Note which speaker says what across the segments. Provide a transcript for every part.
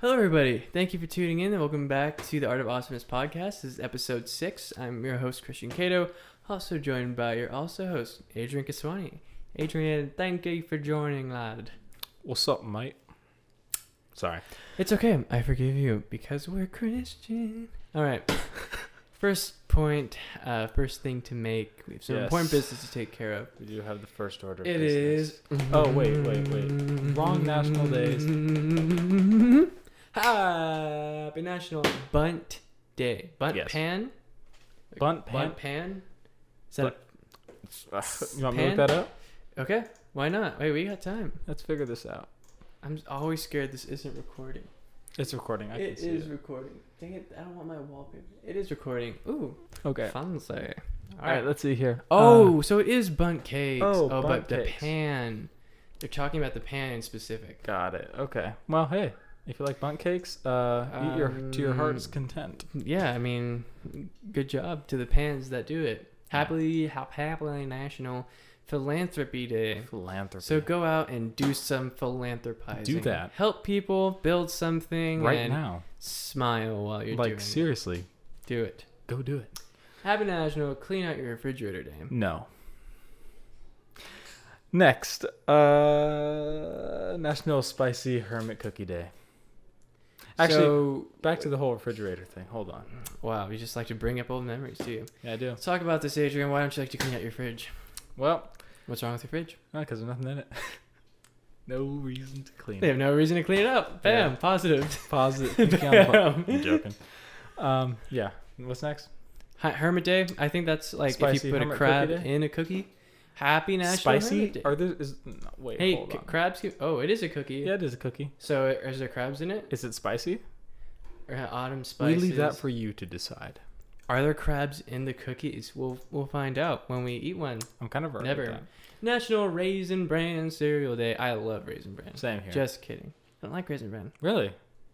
Speaker 1: Hello, everybody. Thank you for tuning in and welcome back to the Art of Awesomeness podcast. This is episode six. I'm your host, Christian Cato, also joined by your also host, Adrian Kaswani. Adrian, thank you for joining, lad.
Speaker 2: What's up, mate? Sorry.
Speaker 1: It's okay. I forgive you because we're Christian. All right. First point, uh, first thing to make. We have some
Speaker 2: Yes.
Speaker 1: important business to take care of.
Speaker 2: We do have the first order.
Speaker 1: It is.
Speaker 2: Oh, wait, wait, wait. Wrong national days.
Speaker 1: Happy National Bunt Day. Bunt
Speaker 2: Yes.
Speaker 1: Pan?
Speaker 2: Bunt pan.
Speaker 1: Bunt Pan? Is that
Speaker 2: uh, you want me to
Speaker 1: pan?
Speaker 2: look that up?
Speaker 1: okay? Why not? Wait, we got time.
Speaker 2: Let's figure this out.
Speaker 1: I'm always scared this isn't recording.
Speaker 2: It's recording. I can
Speaker 1: It
Speaker 2: see
Speaker 1: is
Speaker 2: it.
Speaker 1: recording. Dang it, I don't want my wallpaper. It is recording. Ooh,
Speaker 2: Okay.
Speaker 1: fancy.
Speaker 2: All right. Let's see here. Uh,
Speaker 1: Oh, so it is bunt cakes.
Speaker 2: oh,
Speaker 1: Oh, but
Speaker 2: bunt
Speaker 1: the
Speaker 2: cakes.
Speaker 1: pan. They're talking about the pan in specific.
Speaker 2: got it. Okay. Well, hey, if you like bunt cakes, uh, eat your to your heart's
Speaker 1: Um,
Speaker 2: content.
Speaker 1: yeah, I mean, good job to the pans that do it. Happily, hap- happily National Philanthropy Day.
Speaker 2: Philanthropy.
Speaker 1: So go out and do some philanthropizing.
Speaker 2: Do that.
Speaker 1: Help people, build something,
Speaker 2: right
Speaker 1: and
Speaker 2: now,
Speaker 1: smile while you're doing
Speaker 2: like seriously,
Speaker 1: it. Do it.
Speaker 2: go do it.
Speaker 1: Happy National Clean Out Your Refrigerator Day.
Speaker 2: No. Next, uh, National Spicy Hermit Cookie Day. Actually,
Speaker 1: so,
Speaker 2: back to the whole refrigerator thing. Hold on.
Speaker 1: wow, you just like to bring up old memories, do you?
Speaker 2: Yeah, I do.
Speaker 1: Let's talk about this, Adrian. Why don't you like to clean out your fridge?
Speaker 2: Well,
Speaker 1: What's wrong with your fridge?
Speaker 2: because there's nothing in it. no reason to clean.
Speaker 1: They
Speaker 2: it.
Speaker 1: have no reason to clean it up. Bam,
Speaker 2: Yeah.
Speaker 1: positive.
Speaker 2: Pause it. pinky on the button.
Speaker 1: Bam.
Speaker 2: I'm joking. Um, yeah. What's next?
Speaker 1: Hi- Hermit Day. I think that's like if
Speaker 2: Spicy
Speaker 1: you put a
Speaker 2: hermit
Speaker 1: crab
Speaker 2: cookie day?
Speaker 1: in a cookie. Happy National Hermit
Speaker 2: Spicy?
Speaker 1: Day.
Speaker 2: Are there? Is no, wait?
Speaker 1: hey,
Speaker 2: hold
Speaker 1: c-
Speaker 2: on.
Speaker 1: crabs. Can, oh, it is a cookie.
Speaker 2: yeah, it is a cookie.
Speaker 1: So is there crabs in it?
Speaker 2: Is it spicy?
Speaker 1: Or ha- autumn spices?
Speaker 2: We leave that for you to decide.
Speaker 1: Are there crabs in the cookies? We'll we'll find out when we eat one.
Speaker 2: I'm kind of alright with
Speaker 1: Never. National Raisin Bran Cereal Day. I love Raisin Bran.
Speaker 2: that. Same here.
Speaker 1: Just kidding. I don't like Raisin Bran.
Speaker 2: really?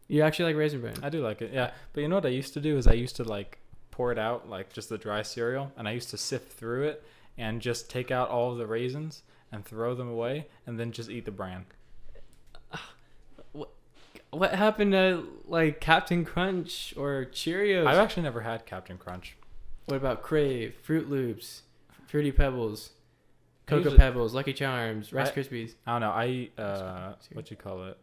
Speaker 1: You actually like Raisin Bran?
Speaker 2: I do like it, yeah. But you know what I used to do is I used to like pour it out like just the dry cereal, and I used to sift through it and just take out all of the raisins and throw them away, and then just eat the bran.
Speaker 1: What happened to like Captain Crunch or Cheerios?
Speaker 2: I've actually never had Captain Crunch.
Speaker 1: What about Crave, Fruit Loops, Fruity Pebbles, Cocoa
Speaker 2: Usually-
Speaker 1: Pebbles, Lucky Charms, Rice
Speaker 2: I-
Speaker 1: Krispies,
Speaker 2: I don't know. I eat uh,
Speaker 1: That's
Speaker 2: what you call it?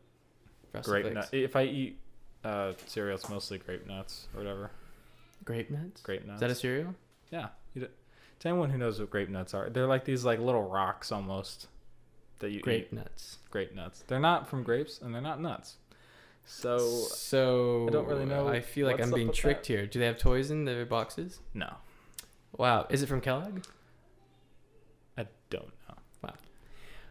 Speaker 1: Frosted
Speaker 2: Grape
Speaker 1: Flakes.
Speaker 2: nuts. If I eat uh, cereal, it's mostly grape nuts or whatever.
Speaker 1: Grape nuts?
Speaker 2: Grape
Speaker 1: Is
Speaker 2: nuts.
Speaker 1: that a cereal?
Speaker 2: yeah. You d- to anyone who knows what grape nuts are, they're like these like little rocks almost that you
Speaker 1: Grape
Speaker 2: eat.
Speaker 1: nuts.
Speaker 2: Grape nuts. They're not from grapes, and they're not nuts. So
Speaker 1: So
Speaker 2: I don't really know
Speaker 1: I feel like
Speaker 2: what's
Speaker 1: I'm
Speaker 2: up
Speaker 1: being
Speaker 2: with
Speaker 1: tricked here. Do they have toys in their boxes?
Speaker 2: no.
Speaker 1: Wow. Is it from Kellogg?
Speaker 2: I don't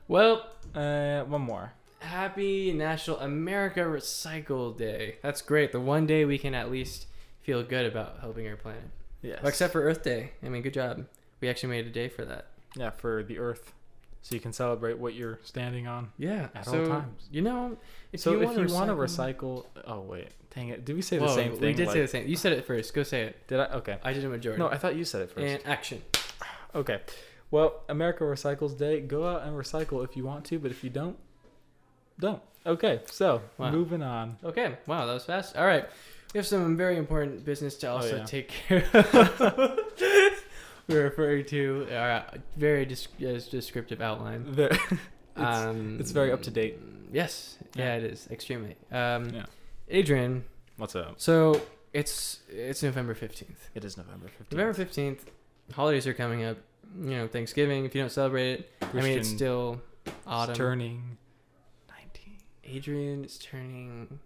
Speaker 1: Well,
Speaker 2: know. Uh, one more.
Speaker 1: happy National America Recycle Day. That's great. The one day we can at least feel good about helping our planet.
Speaker 2: Yes.
Speaker 1: Well, Except for Earth Day. I mean, good job. We actually made a day for that.
Speaker 2: yeah, for the Earth, so you can celebrate what you're standing on.
Speaker 1: Yeah.
Speaker 2: At all
Speaker 1: so,
Speaker 2: times.
Speaker 1: You know, if
Speaker 2: so
Speaker 1: you
Speaker 2: if
Speaker 1: want
Speaker 2: you
Speaker 1: to
Speaker 2: want to
Speaker 1: recycle
Speaker 2: recycle, oh wait, dang it, did we say the
Speaker 1: Whoa,
Speaker 2: same thing?
Speaker 1: We did say the
Speaker 2: Like-
Speaker 1: same. You said it first. Go say it.
Speaker 2: Did I? Okay.
Speaker 1: I did a majority.
Speaker 2: No, I thought you said it first.
Speaker 1: and action.
Speaker 2: Okay. Well, America Recycles Day. Go out and recycle if you want to, but if you don't, don't. Okay. So
Speaker 1: Wow.
Speaker 2: moving on.
Speaker 1: Okay. Wow, that was fast. All right. We have some very important business to
Speaker 2: Oh,
Speaker 1: also
Speaker 2: yeah.
Speaker 1: take care of. We're referring to our very desc- uh, descriptive outline.
Speaker 2: The, it's,
Speaker 1: um,
Speaker 2: it's very up to date.
Speaker 1: Yes. Yeah,
Speaker 2: Yeah.
Speaker 1: it is. Extremely. Um,
Speaker 2: Yeah.
Speaker 1: Adrian,
Speaker 2: What's up?
Speaker 1: so it's it's November 15th.
Speaker 2: It is November fifteenth.
Speaker 1: November fifteenth, holidays are coming up. You know, Thanksgiving. If you don't celebrate it, I mean, it's still autumn.
Speaker 2: turning nineteen.
Speaker 1: Adrian is turning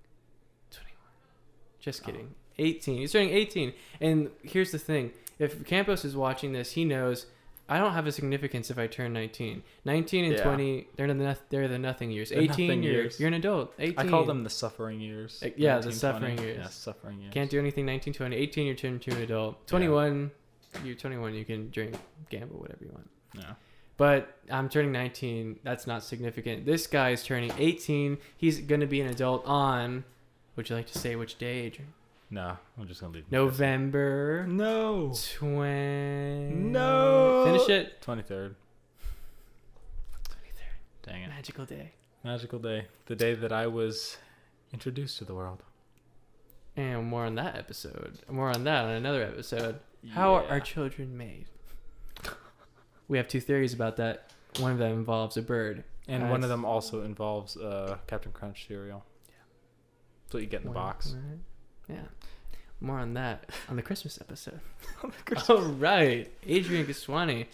Speaker 1: twenty-one. Just kidding. Eighteen. He's turning eighteen. And here's the thing: if Campos is watching this, he knows I don't have a significance if I turn nineteen. Nineteen and
Speaker 2: Yeah.
Speaker 1: twenty, they're the noth- they're the nothing years.
Speaker 2: They're
Speaker 1: eighteen,
Speaker 2: nothing
Speaker 1: you're,
Speaker 2: years.
Speaker 1: you're an adult. Eighteen.
Speaker 2: I call them the suffering years.
Speaker 1: Uh, yeah, the
Speaker 2: 19,
Speaker 1: suffering
Speaker 2: 20.
Speaker 1: years.
Speaker 2: Yeah, suffering years.
Speaker 1: Can't do anything 19, 20. 18, you're turning to an adult. 21, you're 21, you can drink, gamble, whatever you want.
Speaker 2: Yeah.
Speaker 1: But I'm turning 19. That's not significant. This guy is turning 18. He's going to be an adult on, would you like to say which day, Adrian?
Speaker 2: No, I'm just gonna leave.
Speaker 1: November
Speaker 2: No.
Speaker 1: 20.
Speaker 2: No.
Speaker 1: Finish it.
Speaker 2: Twenty third.
Speaker 1: 23rd.
Speaker 2: Dang it.
Speaker 1: Magical day.
Speaker 2: Magical day. The day that I was introduced to the world.
Speaker 1: And more on that episode. More on that on another episode. How are
Speaker 2: Yeah.
Speaker 1: our children made? we have two theories about that. One of them involves a bird.
Speaker 2: And one
Speaker 1: Nice.
Speaker 2: of them also involves uh, Captain Crunch cereal. Yeah. That's what you get in the
Speaker 1: One-
Speaker 2: box.
Speaker 1: right. Yeah. More on that on the Christmas episode. All right, Adrian Gaswani.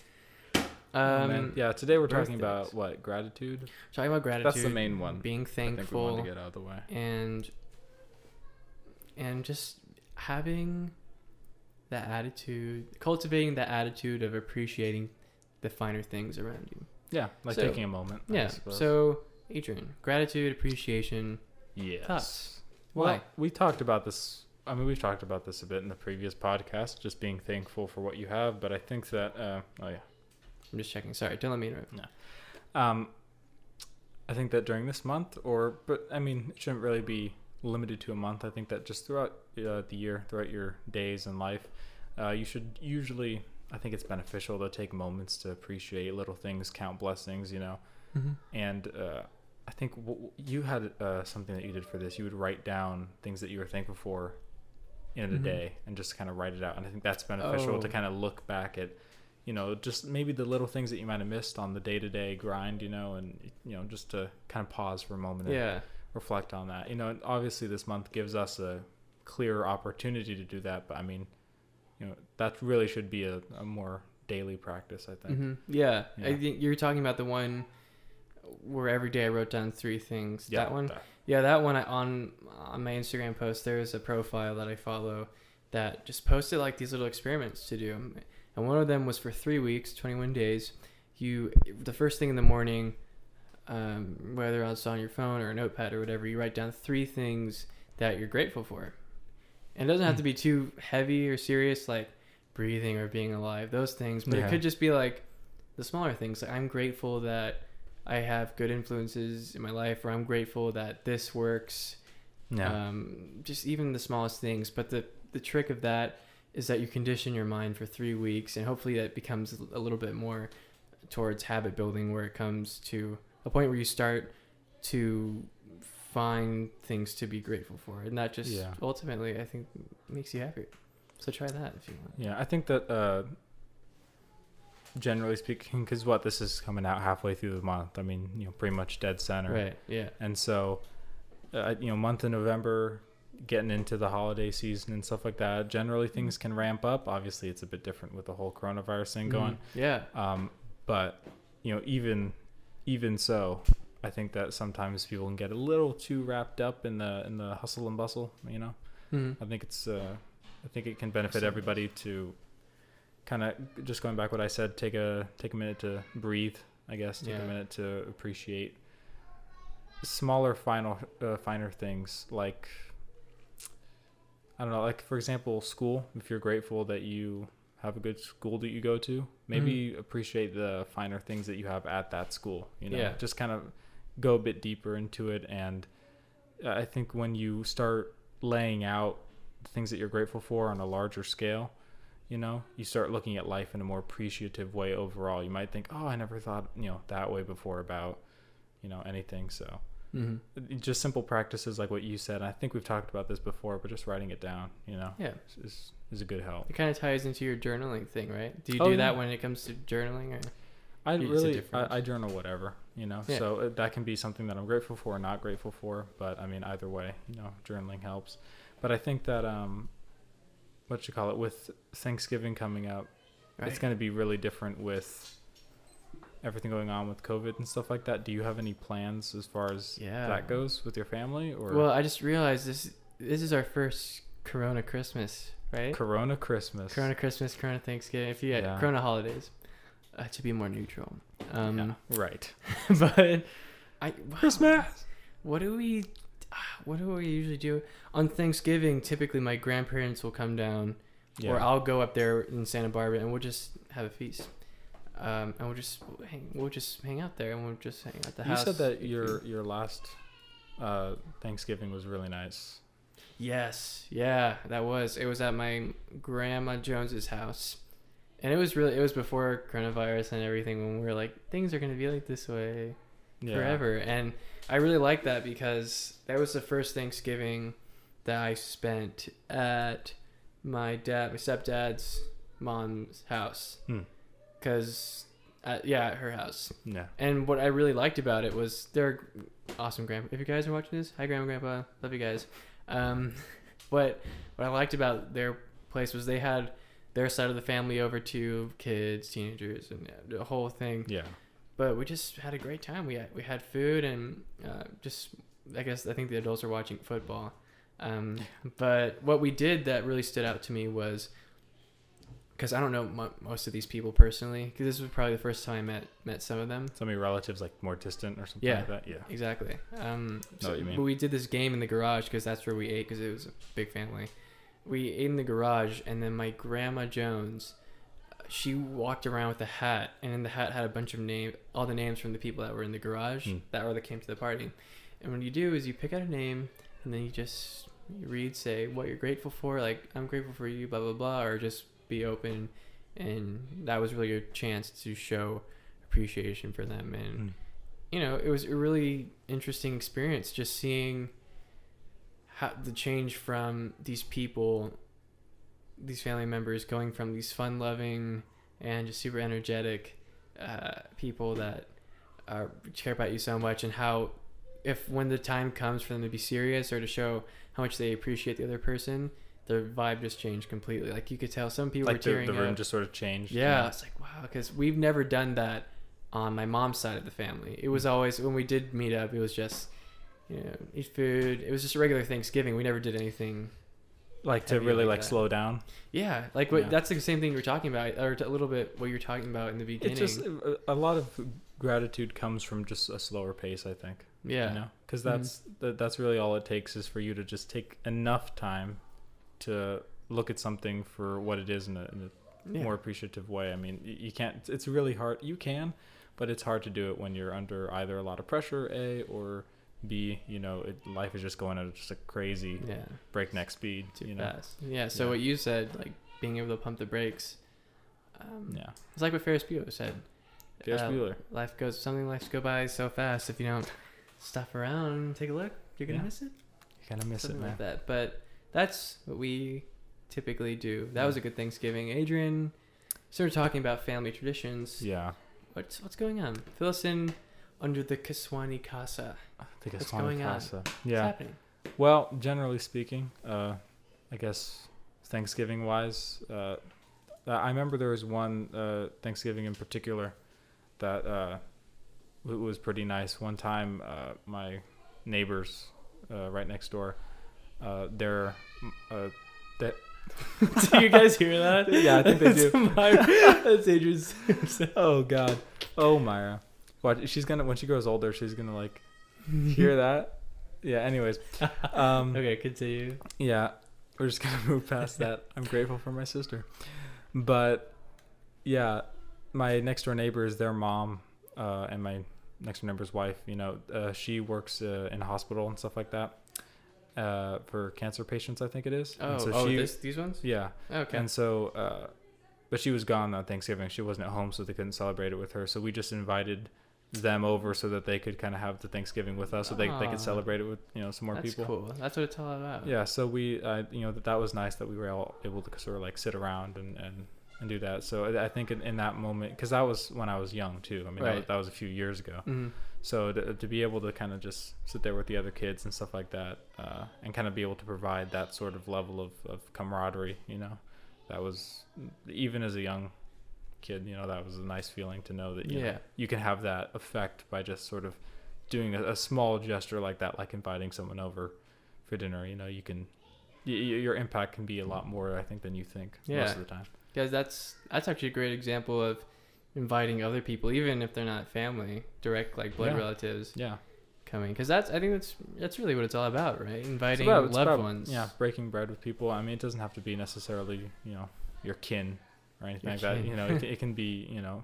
Speaker 2: Oh,
Speaker 1: Um,
Speaker 2: man. yeah, today we're talking
Speaker 1: birthdays.
Speaker 2: about what? Gratitude?
Speaker 1: talking about gratitude.
Speaker 2: That's the main one.
Speaker 1: Being
Speaker 2: I think we wanted
Speaker 1: thankful
Speaker 2: to get out of the way.
Speaker 1: and and just having that attitude, cultivating that attitude of appreciating the finer things around you.
Speaker 2: Yeah, like
Speaker 1: So-
Speaker 2: taking a moment. I
Speaker 1: yeah.
Speaker 2: suppose.
Speaker 1: So, Adrian, gratitude, appreciation.
Speaker 2: yes.
Speaker 1: thoughts.
Speaker 2: Well,
Speaker 1: Why?
Speaker 2: we talked about this. I mean, we've talked about this a bit in the previous podcast, just being thankful for what you have. But I think that, uh, oh yeah,
Speaker 1: I'm just checking. Sorry, don't let me interrupt.
Speaker 2: Um, I think that during this month, or but I mean, it shouldn't really be limited to a month. I think that just throughout uh, the year, throughout your days and life, uh, you should usually. I think it's beneficial to take moments to appreciate little things, count blessings, you know. And uh, I think w- w- you had uh, something that you did for this. You would write down things that you were thankful for in a
Speaker 1: Mhm.
Speaker 2: day and just kind of write it out. And I think that's beneficial to
Speaker 1: Oh.
Speaker 2: kind of look back at, you know, just maybe the little things that you might have missed on the day to day grind, you know, and, you know, just to kind of pause for a moment and
Speaker 1: Yeah.
Speaker 2: reflect on that. You know, and obviously this month gives us a clearer opportunity to do that. But I mean, you know, that really should be a, a more daily practice, I think.
Speaker 1: hmm Yeah. I
Speaker 2: Yeah.
Speaker 1: think you're talking about the one where every day I wrote down three things.
Speaker 2: Yeah,
Speaker 1: that one. Yeah, that one. I, on on my Instagram post, there is a profile that I follow that just posted like these little experiments to do, and one of them was for three weeks, 21 days. You, the first thing in the morning, um, whether it's on your phone or a notepad or whatever, you write down three things that you're grateful for, and it doesn't have to be too heavy or serious, like breathing or being alive, those things. But
Speaker 2: Yeah.
Speaker 1: it could just be like the smaller things. Like I'm grateful that I have good influences in my life, or I'm grateful that this works.
Speaker 2: Yeah.
Speaker 1: Um, just even the smallest things. But the the trick of that is that you condition your mind for three weeks, and hopefully that becomes a little bit more towards habit building, where it comes to a point where you start to find things to be grateful for, and that just
Speaker 2: Yeah.
Speaker 1: ultimately, I think, makes you happier. So try that if you want.
Speaker 2: Yeah, I think that uh, generally speaking, because what this is coming out halfway through the month. I mean, you know, pretty much dead center.
Speaker 1: Right? Yeah.
Speaker 2: And so, uh, you know, month of November, getting into the holiday season and stuff like that. Generally, things can ramp up. Obviously, it's a bit different with the whole coronavirus thing going.
Speaker 1: Mhm. Yeah.
Speaker 2: Um, but you know, even even so, I think that sometimes people can get a little too wrapped up in the in the hustle and bustle. You know.
Speaker 1: hmm
Speaker 2: I think it's uh, I think it can benefit everybody to kind of just going back what I said. Take a take a minute to breathe. I guess take
Speaker 1: Yeah.
Speaker 2: a minute to appreciate smaller, final, uh, finer things like I don't know, like for example, school. If you're grateful that you have a good school that you go to, maybe appreciate the finer things that you have at that school. You know,
Speaker 1: Yeah.
Speaker 2: just kind of go a bit deeper into it and I think when you start laying out the things that you're grateful for on a larger scale, you know, you start looking at life in a more appreciative way overall. You might think, "Oh, I never thought, you know, that way before about, you know, anything." So,
Speaker 1: hmm
Speaker 2: just simple practices like what you said. and I think we've talked about this before, but just writing it down, you know,
Speaker 1: Yeah.
Speaker 2: is- is is a good help.
Speaker 1: It kind of ties into your journaling thing, right? Do you
Speaker 2: Oh,
Speaker 1: do
Speaker 2: yeah.
Speaker 1: that when it comes to journaling? Or?
Speaker 2: I
Speaker 1: It's a
Speaker 2: really
Speaker 1: difference.
Speaker 2: I, I journal whatever, you know.
Speaker 1: Yeah.
Speaker 2: So uh, that can be something that I'm grateful for or not grateful for, but I mean either way, you know, journaling helps. But I think that um what you call it with Thanksgiving coming up, it's
Speaker 1: Right.
Speaker 2: going to be really different with everything going on with COVID and stuff like that. Do you have any plans as far as
Speaker 1: Yeah.
Speaker 2: that goes with your family or
Speaker 1: Well, I just realized this. This is our first Corona Christmas, right?
Speaker 2: Corona Christmas?
Speaker 1: Corona Christmas, Corona Thanksgiving. If you yeah.
Speaker 2: Yeah.
Speaker 1: Corona holidays, uh, to be more neutral. Um,
Speaker 2: yeah, right.
Speaker 1: But I
Speaker 2: Christmas.
Speaker 1: what do we what do we usually do on Thanksgiving? Typically, my grandparents will come down,
Speaker 2: Yeah.
Speaker 1: or I'll go up there in Santa Barbara, and we'll just have a feast. Um, and we'll just hang, we'll just hang out there, and we'll just hang out at the
Speaker 2: you
Speaker 1: house.
Speaker 2: said that
Speaker 1: If
Speaker 2: your your last uh, Thanksgiving was really nice.
Speaker 1: Yes, yeah, that was. It was at my grandma Jones's house, and it was really. It was before coronavirus and everything. When we were like, things are gonna be like this way,
Speaker 2: Yeah.
Speaker 1: forever. And I really like that because that was the first Thanksgiving that I spent at my dad, my stepdad's mom's house.
Speaker 2: Hmm.
Speaker 1: Cause, uh, yeah, at her house.
Speaker 2: Yeah.
Speaker 1: And what I really liked about it was their awesome grandpa. If you guys are watching this, hi grandma, grandpa, love you guys. Um, what what I liked about their place was they had their side of the family over to kids, teenagers, and uh, the whole thing
Speaker 2: Yeah.
Speaker 1: but we just had a great time. We had, we had food and uh, just I guess I think the adults are watching football. Um, but what we did that really stood out to me was because I don't know mo most of these people personally because this was probably the first time I met met some of them.
Speaker 2: So many relatives like more distant or something
Speaker 1: Yeah.
Speaker 2: like that. Yeah.
Speaker 1: Exactly. Um,
Speaker 2: Know what you mean.
Speaker 1: But we did this game in the garage because that's where we ate because it was a big family. We ate in the garage, and then my grandma Jones, she walked around with a hat, and in the hat had a bunch of name, all the names from the people that were in the garage
Speaker 2: Hmm.
Speaker 1: that were that came to the party. And what you do is you pick out a name, and then you just you read, say what you're grateful for, like I'm grateful for you, blah blah blah, or just be open. And that was really your chance to show appreciation for them and
Speaker 2: Mm.
Speaker 1: you know, it was a really interesting experience just seeing how the change from these people, these family members going from these fun loving and just super energetic uh, people that are, care about you so much and how if when the time comes for them to be serious or to show how much they appreciate the other person, their vibe just changed completely. Like you could tell some people were
Speaker 2: Like the,
Speaker 1: tearing
Speaker 2: the
Speaker 1: up.
Speaker 2: room just sort of changed. you
Speaker 1: Yeah,
Speaker 2: know?
Speaker 1: it's like wow, because we've never done that on my mom's side of the family. It
Speaker 2: Mm.
Speaker 1: was always when we did meet up, it was just you know eat food. It was just a regular Thanksgiving. We never did anything.
Speaker 2: Like to
Speaker 1: Heavy
Speaker 2: really
Speaker 1: like
Speaker 2: like
Speaker 1: that.
Speaker 2: slow down.
Speaker 1: Yeah, like what,
Speaker 2: Yeah.
Speaker 1: that's the same thing you were talking about, or a little bit what you were talking about in the beginning.
Speaker 2: It's just a, a lot of gratitude comes from just a slower pace, I think.
Speaker 1: yeah,
Speaker 2: you know because
Speaker 1: Mhm.
Speaker 2: that's that, that's really all it takes is for you to just take enough time to look at something for what it is in a, in a
Speaker 1: yeah.
Speaker 2: more appreciative way i mean y- you can't it's really hard you can but it's hard to do it when you're under either a lot of pressure a or b you know it, life is just going at just a crazy
Speaker 1: yeah,
Speaker 2: breakneck speed
Speaker 1: too
Speaker 2: you know
Speaker 1: fast. Yeah, so
Speaker 2: Yeah.
Speaker 1: what you said, like being able to pump the brakes, um,
Speaker 2: yeah
Speaker 1: it's like what Ferris Bueller said.
Speaker 2: Ferris
Speaker 1: Uh,
Speaker 2: Bueller.
Speaker 1: Life goes, something life's go by so fast. If you don't stuff around and take a look, you're gonna
Speaker 2: Yeah.
Speaker 1: miss it.
Speaker 2: you kind of miss it
Speaker 1: something
Speaker 2: man
Speaker 1: like that. But that's what we typically do. That was a good Thanksgiving. Adrian, so we're talking about family traditions.
Speaker 2: yeah
Speaker 1: What's what's going on? Fill us in under the Kiswani Casa.
Speaker 2: i think it's
Speaker 1: What's going on?
Speaker 2: Casa.
Speaker 1: What's
Speaker 2: yeah
Speaker 1: happening?
Speaker 2: Well, generally speaking, uh, I guess Thanksgiving wise, uh, I remember there was one uh, Thanksgiving in particular that uh, w- was pretty nice. One time, uh, my neighbors uh, right next door, uh, their uh, that
Speaker 1: do you guys hear that?
Speaker 2: Yeah, I think they
Speaker 1: That's
Speaker 2: do.
Speaker 1: my- that's Adrian's.
Speaker 2: oh god, oh Myra, watch she's gonna when she grows older she's gonna like hear that. Yeah. Anyways, um,
Speaker 1: Okay, continue.
Speaker 2: Yeah, we're just gonna move past that. I'm grateful for my sister, but yeah, my next door neighbors, their mom, uh, and my next door neighbor's wife. You know, uh, she works uh, in a hospital and stuff like that uh, for cancer patients. I think it is.
Speaker 1: Oh,
Speaker 2: and so
Speaker 1: oh,
Speaker 2: she,
Speaker 1: this, these ones.
Speaker 2: yeah,
Speaker 1: Okay.
Speaker 2: and so, uh, but she was gone on Thanksgiving. She wasn't at home, so they couldn't celebrate it with her. So we just invited them over so that they could kind of have the Thanksgiving with us, so they, they
Speaker 1: Ah.
Speaker 2: could celebrate it with you know some more
Speaker 1: that's
Speaker 2: people.
Speaker 1: cool. That's what it's all about.
Speaker 2: Yeah, so we, uh, you know, that, that was nice that we were all able to sort of like sit around and, and, and do that. So I I think in, in that moment, because that was when I was young too. I mean, that, was,
Speaker 1: Right.
Speaker 2: that was a few years ago.
Speaker 1: Mhm.
Speaker 2: So to, to be able to kind of just sit there with the other kids and stuff like that, uh, and kind of be able to provide that sort of level of, of camaraderie, you know, that was even as a young kid, you know, that was a nice feeling to know that you know,
Speaker 1: Yeah.
Speaker 2: you can have that effect by just sort of doing a, a small gesture like that, like inviting someone over for dinner. You know, you can y- y- your impact can be a lot more, I think, than you think
Speaker 1: Yeah.
Speaker 2: most of the time.
Speaker 1: Guys, that's that's actually a great example of inviting other people, even if they're not family, direct like blood
Speaker 2: Yeah.
Speaker 1: relatives
Speaker 2: Yeah,
Speaker 1: coming, because that's I think that's that's really what it's all about, right? Inviting
Speaker 2: about-
Speaker 1: loved
Speaker 2: about,
Speaker 1: ones.
Speaker 2: Yeah, breaking bread with people. I mean, it doesn't have to be necessarily, you know, your kin or anything
Speaker 1: Your
Speaker 2: like that.
Speaker 1: kin.
Speaker 2: You know, it, it can be, you know,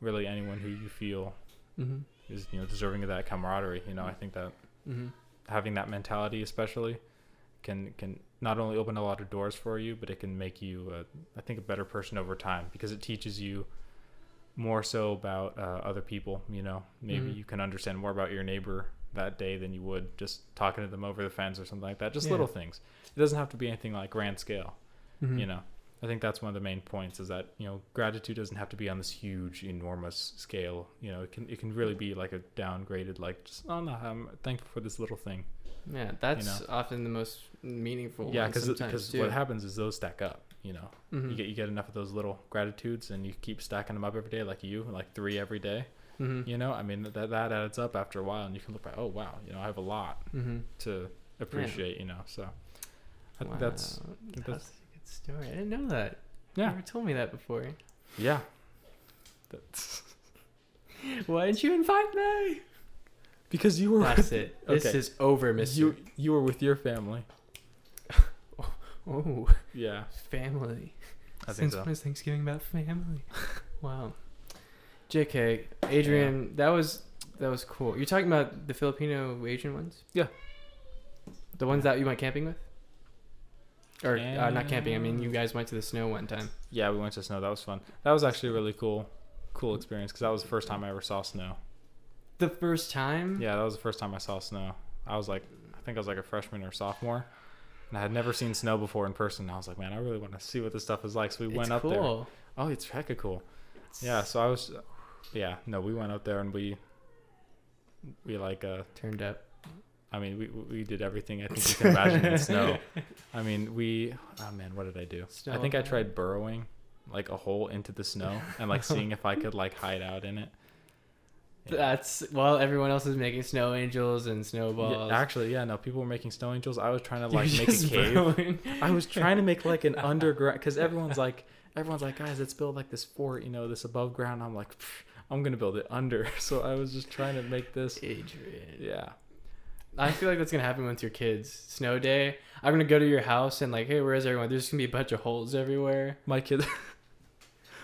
Speaker 2: really anyone who you feel
Speaker 1: hmm
Speaker 2: is, you know, deserving of that camaraderie. You know, I think that
Speaker 1: hmm
Speaker 2: having that mentality, especially, can can not only open a lot of doors for you, but it can make you, uh, I think, a better person over time because it teaches you more so about uh, other people. You know, maybe
Speaker 1: Mhm.
Speaker 2: you can understand more about your neighbor that day than you would just talking to them over the fence or something like that. Just
Speaker 1: Yeah.
Speaker 2: little things. It doesn't have to be anything like grand scale
Speaker 1: Mhm.
Speaker 2: you know i think that's one of the main points is that you know gratitude doesn't have to be on this huge enormous scale you know it can it can really be like a downgraded like just oh no i'm thankful for this little thing
Speaker 1: Yeah, that's often the most meaningful.
Speaker 2: yeah
Speaker 1: one
Speaker 2: because
Speaker 1: sometimes,
Speaker 2: what
Speaker 1: too.
Speaker 2: happens is those stack up you know
Speaker 1: Mhm.
Speaker 2: you get you get enough of those little gratitudes and you keep stacking them up every day like you like three every day
Speaker 1: Mhm.
Speaker 2: you know i mean that that adds up after a while and you can look back oh wow you know i have a lot
Speaker 1: Mhm.
Speaker 2: to appreciate you know so i think that's
Speaker 1: Wow,
Speaker 2: think
Speaker 1: that's a good story. I didn't know that. You
Speaker 2: Yeah.
Speaker 1: never told me that before.
Speaker 2: yeah that's
Speaker 1: Why didn't you invite me?
Speaker 2: because you were
Speaker 1: That's it. This
Speaker 2: Okay.
Speaker 1: is over, Mister.
Speaker 2: you you were with your family
Speaker 1: Oh,
Speaker 2: yeah
Speaker 1: family.
Speaker 2: I think
Speaker 1: Since
Speaker 2: so.
Speaker 1: when is Thanksgiving about family? wow. Jk, Adrian, that was that was cool. You're talking about the Filipino Asian ones.
Speaker 2: Yeah.
Speaker 1: The ones that you went camping with. Or uh, not camping. I mean, you guys went to the snow one time.
Speaker 2: Yeah, we went to snow. That was fun. That was actually a really cool, cool experience because that was the first time I ever saw snow.
Speaker 1: The first time.
Speaker 2: Yeah, that was the first time I saw snow. I was like, I think I was like a freshman or sophomore, and I had never seen snow before in person. I was like, man, I really want to see what this stuff is like. So we
Speaker 1: It's
Speaker 2: went up there.
Speaker 1: cool.
Speaker 2: Oh, it's hecka cool. Yeah, so I was, yeah, no, we went up there and we, we like, uh,
Speaker 1: Turned up.
Speaker 2: I mean, we we did everything I think you can imagine in snow. I mean, we, oh man, what did I do? I
Speaker 1: Snow
Speaker 2: think I
Speaker 1: hide.
Speaker 2: tried burrowing like a hole into the snow and like seeing if I could like hide out in it. Yeah.
Speaker 1: That's while everyone else is making snow angels and
Speaker 2: Yeah,
Speaker 1: snowballs.
Speaker 2: actually, yeah, no, people were making snow angels. I was trying to
Speaker 1: You're
Speaker 2: like make a
Speaker 1: just
Speaker 2: cave.
Speaker 1: throwing-
Speaker 2: I was trying to make like an underground because everyone's like, everyone's like, guys, let's build like this fort, you know, this above ground. I'm like, "Pff, I'm gonna build it under. So I was just trying to make this.
Speaker 1: Adrian.
Speaker 2: Yeah,
Speaker 1: I feel like that's gonna happen with your kids. Snow day. I'm gonna go to your house and like, hey, where is everyone? There's just gonna be a bunch of holes everywhere.
Speaker 2: my kids.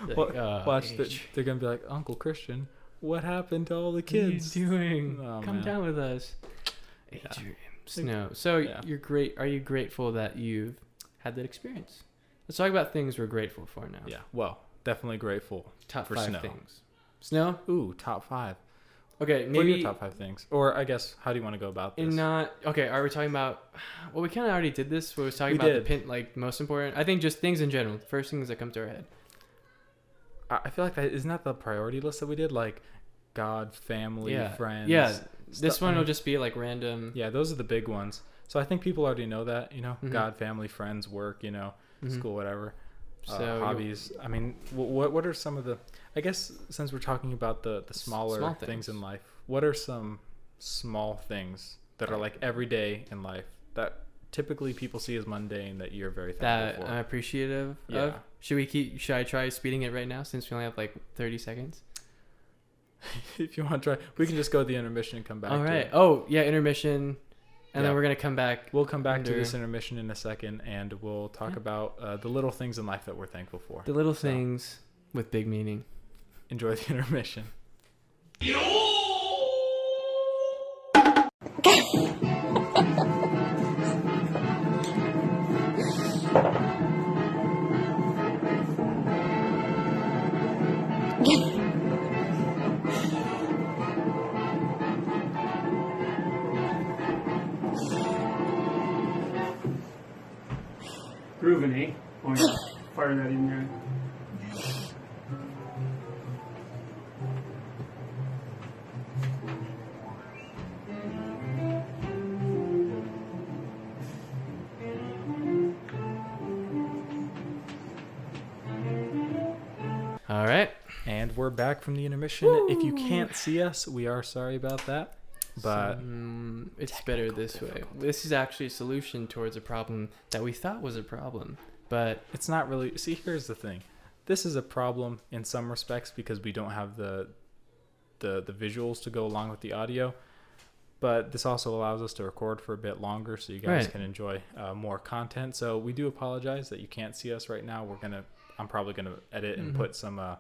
Speaker 1: Like,
Speaker 2: Wa-
Speaker 1: "Oh,
Speaker 2: Watch,
Speaker 1: Adrian,
Speaker 2: the, they're gonna be like, Uncle Christian, what happened to all the kids?
Speaker 1: What are you doing?
Speaker 2: Oh,
Speaker 1: Come
Speaker 2: man.
Speaker 1: down with us.
Speaker 2: Yeah.
Speaker 1: Adrian. Snow. So
Speaker 2: Yeah.
Speaker 1: you're great. Are you grateful that you've had that experience? Let's talk about things we're grateful for now.
Speaker 2: Yeah, well, definitely grateful.
Speaker 1: Top
Speaker 2: For
Speaker 1: five
Speaker 2: snow.
Speaker 1: things. Snow.
Speaker 2: Ooh, top five.
Speaker 1: Okay,
Speaker 2: What are your
Speaker 1: maybe uh,
Speaker 2: top five things? Or I guess, how do you want to go about this?
Speaker 1: And not okay. Are we talking about? Well, we kind of already did this. We was talking
Speaker 2: We
Speaker 1: about
Speaker 2: did.
Speaker 1: the pin, like most important. I think just things in general. The first things that come to our head.
Speaker 2: I I feel like that isn't that the priority list that we did, like God, family,
Speaker 1: yeah,
Speaker 2: friends.
Speaker 1: yeah. This
Speaker 2: stuff-
Speaker 1: one will just be like random.
Speaker 2: Mm-hmm. Yeah, those are the big ones. So I think people already know that, you know,
Speaker 1: Mhm.
Speaker 2: God, family, friends, work, you know,
Speaker 1: Mhm.
Speaker 2: school, whatever. uh,
Speaker 1: So you-
Speaker 2: hobbies. I mean, what what are some of the? I guess since we're talking about the the smaller
Speaker 1: small
Speaker 2: things.
Speaker 1: things.
Speaker 2: in life, what are some small things that are like everyday in life that typically people see as mundane that you're very
Speaker 1: That uh,
Speaker 2: thankful
Speaker 1: I'm appreciative of.
Speaker 2: Yeah.
Speaker 1: Should we keep? Should I try speeding it right now since we only have like 30 seconds?
Speaker 2: for? if you want to try, we can just go to the intermission and come back.
Speaker 1: All
Speaker 2: to
Speaker 1: right.
Speaker 2: it.
Speaker 1: Oh yeah, intermission, and
Speaker 2: Yeah.
Speaker 1: then we're gonna come back.
Speaker 2: We'll come back to this
Speaker 1: Under-
Speaker 2: intermission in a second, and we'll talk
Speaker 1: Yeah.
Speaker 2: about uh, the little things in life that we're thankful for.
Speaker 1: The little
Speaker 2: So-
Speaker 1: things with big meaning.
Speaker 2: Enjoy the intermission.
Speaker 3: Grooving, eh? Oh yeah, fire that in there.
Speaker 1: All right.
Speaker 2: And we're back from the intermission. If you can't see us, we are sorry about that. But
Speaker 1: Mm, it's better this way. This is actually a solution towards a problem that we thought was a problem, but
Speaker 2: it's not really. See, here's the thing. This is a problem in some respects because we don't have the the the visuals to go along with the audio. But this also allows us to record for a bit longer, so you guys
Speaker 1: Right.
Speaker 2: can enjoy uh, more content. So we do apologize that you can't see us right now. We're gonna, I'm probably gonna edit and
Speaker 1: Mhm.
Speaker 2: put some, uh,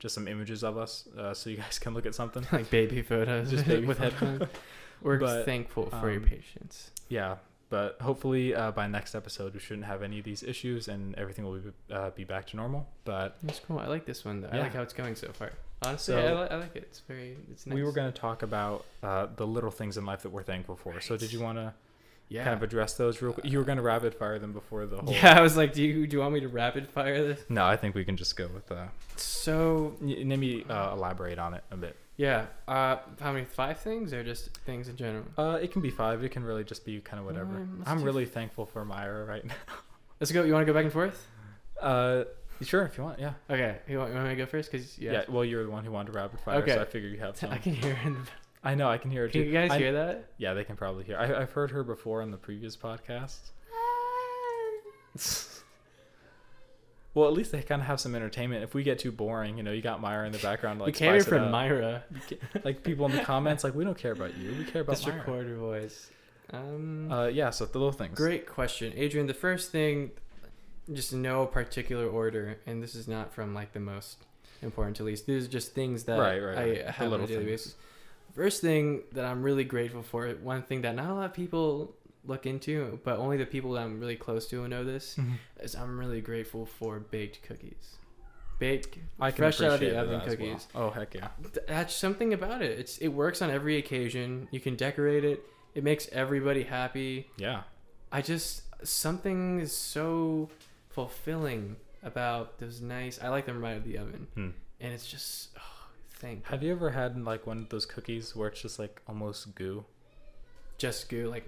Speaker 2: just some images of us, uh, so you guys can look at something.
Speaker 1: like baby photos
Speaker 2: Just baby
Speaker 1: with
Speaker 2: photo.
Speaker 1: headphones. We're
Speaker 2: But,
Speaker 1: thankful for your
Speaker 2: um,
Speaker 1: patience.
Speaker 2: Yeah, but hopefully uh, by next episode we shouldn't have any of these issues and everything will be, uh, be back to normal. But
Speaker 1: That's cool. I like this one though. I
Speaker 2: yeah.
Speaker 1: like how it's going so far. Honestly,
Speaker 2: So-
Speaker 1: I, li- I like it. It's very. It's nice.
Speaker 2: We were going to talk about uh, the little things in life that we're thankful for. So did you want to
Speaker 1: yeah.
Speaker 2: kind of address those real quick? You were going to rapid fire them before the whole.
Speaker 1: yeah, I was like, do you do you want me to rapid fire this?
Speaker 2: No, I think we can just go with. Uh,
Speaker 1: So
Speaker 2: y- let me uh, elaborate on it a bit.
Speaker 1: yeah, uh, how many five things or just things in general?
Speaker 2: Uh, it can be five. It can really just be kind of whatever.
Speaker 1: Mm, let's
Speaker 2: I'm
Speaker 1: do-
Speaker 2: really thankful for Myra right now.
Speaker 1: Let's go. You want to go back and forth?
Speaker 2: Uh, sure, if you want, yeah.
Speaker 1: Okay. You want, you want me to go first? Cause
Speaker 2: yeah.
Speaker 1: yeah,
Speaker 2: well, you're the one who wanted rapid fire,
Speaker 1: Okay.
Speaker 2: so I figure you have some.
Speaker 1: I can hear. It. in the back.
Speaker 2: I know, I can hear it
Speaker 1: Can
Speaker 2: too.
Speaker 1: you guys
Speaker 2: I-
Speaker 1: hear that?
Speaker 2: Yeah, they can probably hear. I, I've heard her before on the previous podcast. Um. Well, at least they kind of have some entertainment. If we get too boring, you know, you got Myra in the background. to, Like,
Speaker 1: we came here
Speaker 2: spice it
Speaker 1: from
Speaker 2: up.
Speaker 1: Myra.
Speaker 2: You ca- like people in the comments, like we don't care about you. We care about
Speaker 1: This
Speaker 2: Myra.
Speaker 1: recorder voice. Um,
Speaker 2: Uh, yeah, so the little things.
Speaker 1: Great question, Adrian. The first thing, just no particular order, and this is not from like the most important to least. These are just things that
Speaker 2: Right, right,
Speaker 1: I
Speaker 2: right. The
Speaker 1: have on a
Speaker 2: little
Speaker 1: daily
Speaker 2: things.
Speaker 1: basis. First thing that I'm really grateful for, one thing that not a lot of people look into, but only the people that I'm really close to know this,
Speaker 2: Mhm.
Speaker 1: is I'm really grateful for baked cookies. Baked,
Speaker 2: I can
Speaker 1: fresh out of the
Speaker 2: appreciate
Speaker 1: oven
Speaker 2: that as well.
Speaker 1: cookies.
Speaker 2: Oh heck yeah!
Speaker 1: Th- That's something about it. It's it works on every occasion. You can decorate it. It makes everybody happy.
Speaker 2: Yeah,
Speaker 1: I just something is so fulfilling about those nice. I like them right out of the oven,
Speaker 2: Hmm.
Speaker 1: and it's just oh, thank
Speaker 2: Have you ever had like one of those cookies where it's just like almost goo?
Speaker 1: just goo like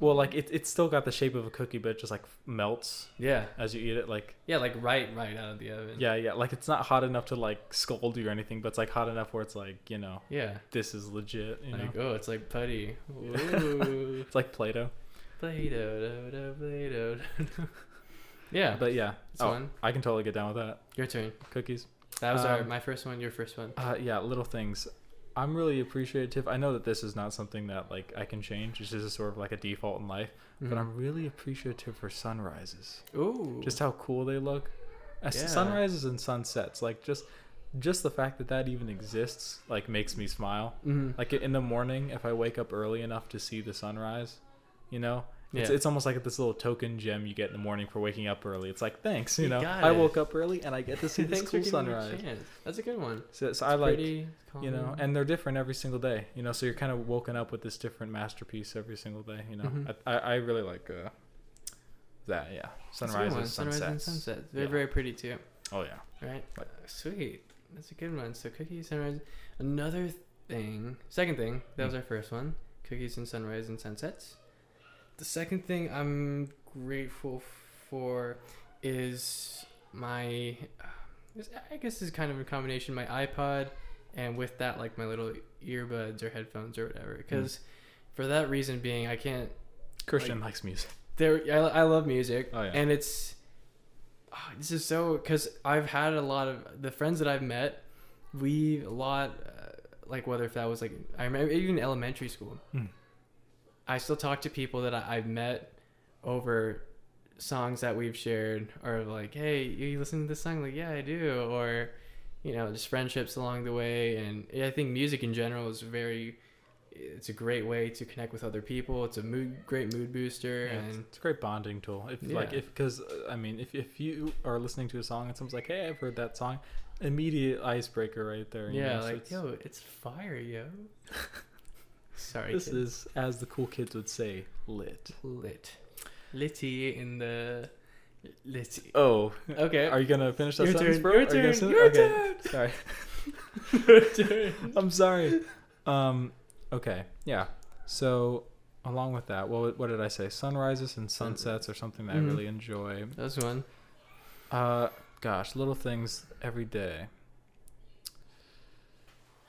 Speaker 2: Well, like it, it's still got the shape of a cookie, but it just like melts
Speaker 1: yeah
Speaker 2: as you eat it. Like
Speaker 1: yeah like right right out of the oven
Speaker 2: yeah, yeah, like it's not hot enough to like scold you or anything, but it's like hot enough where it's like you know
Speaker 1: yeah
Speaker 2: this is legit. You know,
Speaker 1: like oh it's like putty
Speaker 2: Yeah.
Speaker 1: Ooh.
Speaker 2: it's like Play-Doh.
Speaker 1: Play-Doh, do, do, Play-Doh. do, do. yeah
Speaker 2: But yeah,
Speaker 1: It's
Speaker 2: oh,
Speaker 1: fun.
Speaker 2: I can totally get down with that.
Speaker 1: your turn
Speaker 2: Cookies.
Speaker 1: that was our
Speaker 2: Um,
Speaker 1: my first one your first one
Speaker 2: Uh, yeah, little things. I'm really appreciative. I know that this is not something that like I can change. This is sort of like a default in life.
Speaker 1: Mm-hmm.
Speaker 2: But I'm really appreciative for sunrises.
Speaker 1: ooh
Speaker 2: just how cool they look As
Speaker 1: Yeah.
Speaker 2: sunrises and sunsets like just just the fact that that even exists like makes me smile
Speaker 1: Mhm.
Speaker 2: like in the morning if i wake up early enough to see the sunrise you know it's,
Speaker 1: Yeah.
Speaker 2: it's almost like this little token gem you get in the morning for waking up early it's like thanks you,
Speaker 1: You
Speaker 2: know
Speaker 1: got
Speaker 2: i
Speaker 1: it.
Speaker 2: woke up early and i get to see this
Speaker 1: thanks for
Speaker 2: cool
Speaker 1: giving me a
Speaker 2: sunrise
Speaker 1: chance. that's a good one
Speaker 2: so, so i like
Speaker 1: Pretty,
Speaker 2: you know
Speaker 1: calm.
Speaker 2: and they're different every single day you know so you're kind of woken up with this different masterpiece every single day you know
Speaker 1: Mhm.
Speaker 2: I, I, I really like uh, that yeah
Speaker 1: That's a good one.
Speaker 2: sunrises sunsets
Speaker 1: Sunrise and sunsets. They're
Speaker 2: Yeah.
Speaker 1: very pretty too.
Speaker 2: oh yeah
Speaker 1: Right.
Speaker 2: Like-
Speaker 1: Sweet. That's a good one. So cookies, sunrise. Another thing. Second thing. That was our first one. Cookies and sunrise and sunsets. The second thing I'm grateful for is my. uh, this- I guess this is kind of a combination. My iPod, and with that, like my little earbuds or headphones or whatever. Because for that reason being, I can't
Speaker 2: Christian likes music.
Speaker 1: there I, I love music
Speaker 2: Oh, yeah.
Speaker 1: and it's ah, this is so because i've had a lot of the friends that i've met we a lot uh, like whether if that was like i remember even elementary school
Speaker 2: Hmm.
Speaker 1: i still talk to people that I, i've met over songs that we've shared or like hey you listen to this song like yeah i do or you know just friendships along the way and i think music in general is very it's a great way to connect with other people it's a mood great mood booster
Speaker 2: it's,
Speaker 1: and
Speaker 2: it's a great bonding tool. If like
Speaker 1: Yeah.
Speaker 2: if because I mean if, if you are listening to a song and someone's like, hey, I've heard that song, immediate icebreaker right there. you
Speaker 1: yeah
Speaker 2: know, so
Speaker 1: like
Speaker 2: it's-
Speaker 1: yo it's fire yo sorry
Speaker 2: this
Speaker 1: kid.
Speaker 2: is as the cool kids would say, lit.
Speaker 1: lit litty in the litty
Speaker 2: Oh,
Speaker 1: okay
Speaker 2: are you gonna finish that
Speaker 1: Your
Speaker 2: sentence,
Speaker 1: turn,
Speaker 2: bro?
Speaker 1: your
Speaker 2: Are you
Speaker 1: turn,
Speaker 2: gonna sen-
Speaker 1: your
Speaker 2: okay. Sorry, I'm sorry. Um, okay, yeah. So along with that, what what did I say? Sunrises and sunsets are something that
Speaker 1: Mhm.
Speaker 2: I really enjoy.
Speaker 1: that's one
Speaker 2: Uh, gosh, little things every day.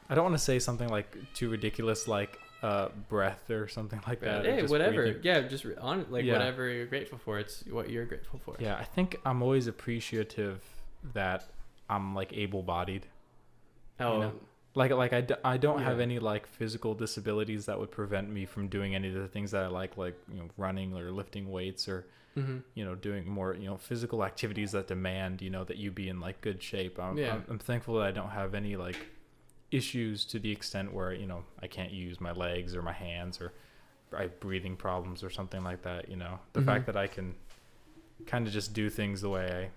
Speaker 2: I don't want to say something like too ridiculous, like uh, breath or something like that. or
Speaker 1: hey
Speaker 2: just
Speaker 1: whatever
Speaker 2: breathing.
Speaker 1: yeah just re- on like
Speaker 2: Yeah.
Speaker 1: whatever you're grateful for it's what you're grateful for
Speaker 2: Yeah, I think I'm always appreciative that I'm like able-bodied.
Speaker 1: oh
Speaker 2: know? Like, like I, d- I don't have
Speaker 1: Yeah.
Speaker 2: any like physical disabilities that would prevent me from doing any of the things that I like, like you know, running or lifting weights or
Speaker 1: hmm
Speaker 2: you know doing more you know physical activities that demand you know that you be in like good shape i'm,
Speaker 1: Yeah.
Speaker 2: I'm, I'm thankful that i don't have any like issues to the extent where you know i can't use my legs or my hands or i have breathing problems or
Speaker 1: Mm-hmm.
Speaker 2: something like that you know the fact
Speaker 1: Mhm.
Speaker 2: that i can kind of just do things the way i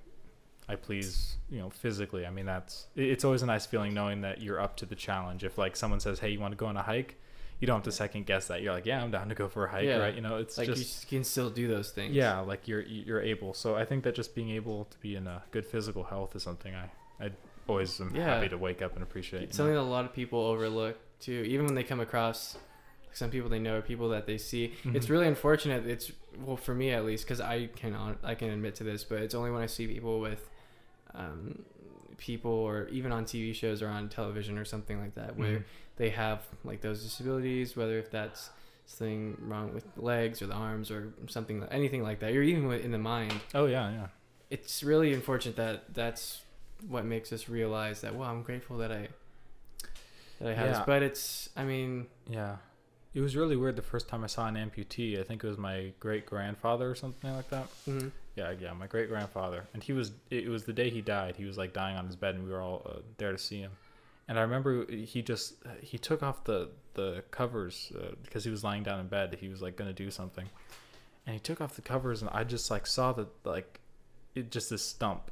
Speaker 2: I please, you know, physically. I mean, that's it- it's always a nice feeling knowing that you're up to the challenge. If like someone says, "Hey, you want to go on a hike?" You don't have to second guess that. You're like, "Yeah, I'm down to go for a hike."
Speaker 1: Yeah.
Speaker 2: Right? You know, it's
Speaker 1: like
Speaker 2: just
Speaker 1: you s- can still do those things.
Speaker 2: yeah, like you're you're able. So I think that just being able to be in a good physical health is something I I always am
Speaker 1: Yeah.
Speaker 2: happy to wake up and appreciate. you know?
Speaker 1: It's something that a lot of people overlook too, even when they come across some people they know or people that they see. It's
Speaker 2: Mhm.
Speaker 1: really unfortunate. It's well for me at least because I can hon- I can admit to this, but it's only when I see people with um, people or even on TV shows or on television or something like that where
Speaker 2: Mhm.
Speaker 1: they have like those disabilities, whether if that's something wrong with the legs or the arms or something anything like that, or even with- in the mind
Speaker 2: Oh yeah, yeah.
Speaker 1: it's really unfortunate that that's what makes us realize that wow, I'm grateful that I that I have this.
Speaker 2: Yeah.
Speaker 1: But it's I mean
Speaker 2: Yeah. It was really weird the first time I saw an amputee. I think it was my great grandfather or something like that.
Speaker 1: mhm.
Speaker 2: Yeah, yeah, my great grandfather. And he was, it was the day he died. He was like dying on his bed and we were all uh, there to see him. And I remember he just, he took off the, the covers uh, because he was lying down in bed. He was like going to do something. And he took off the covers and I just like saw that, like, it just this stump.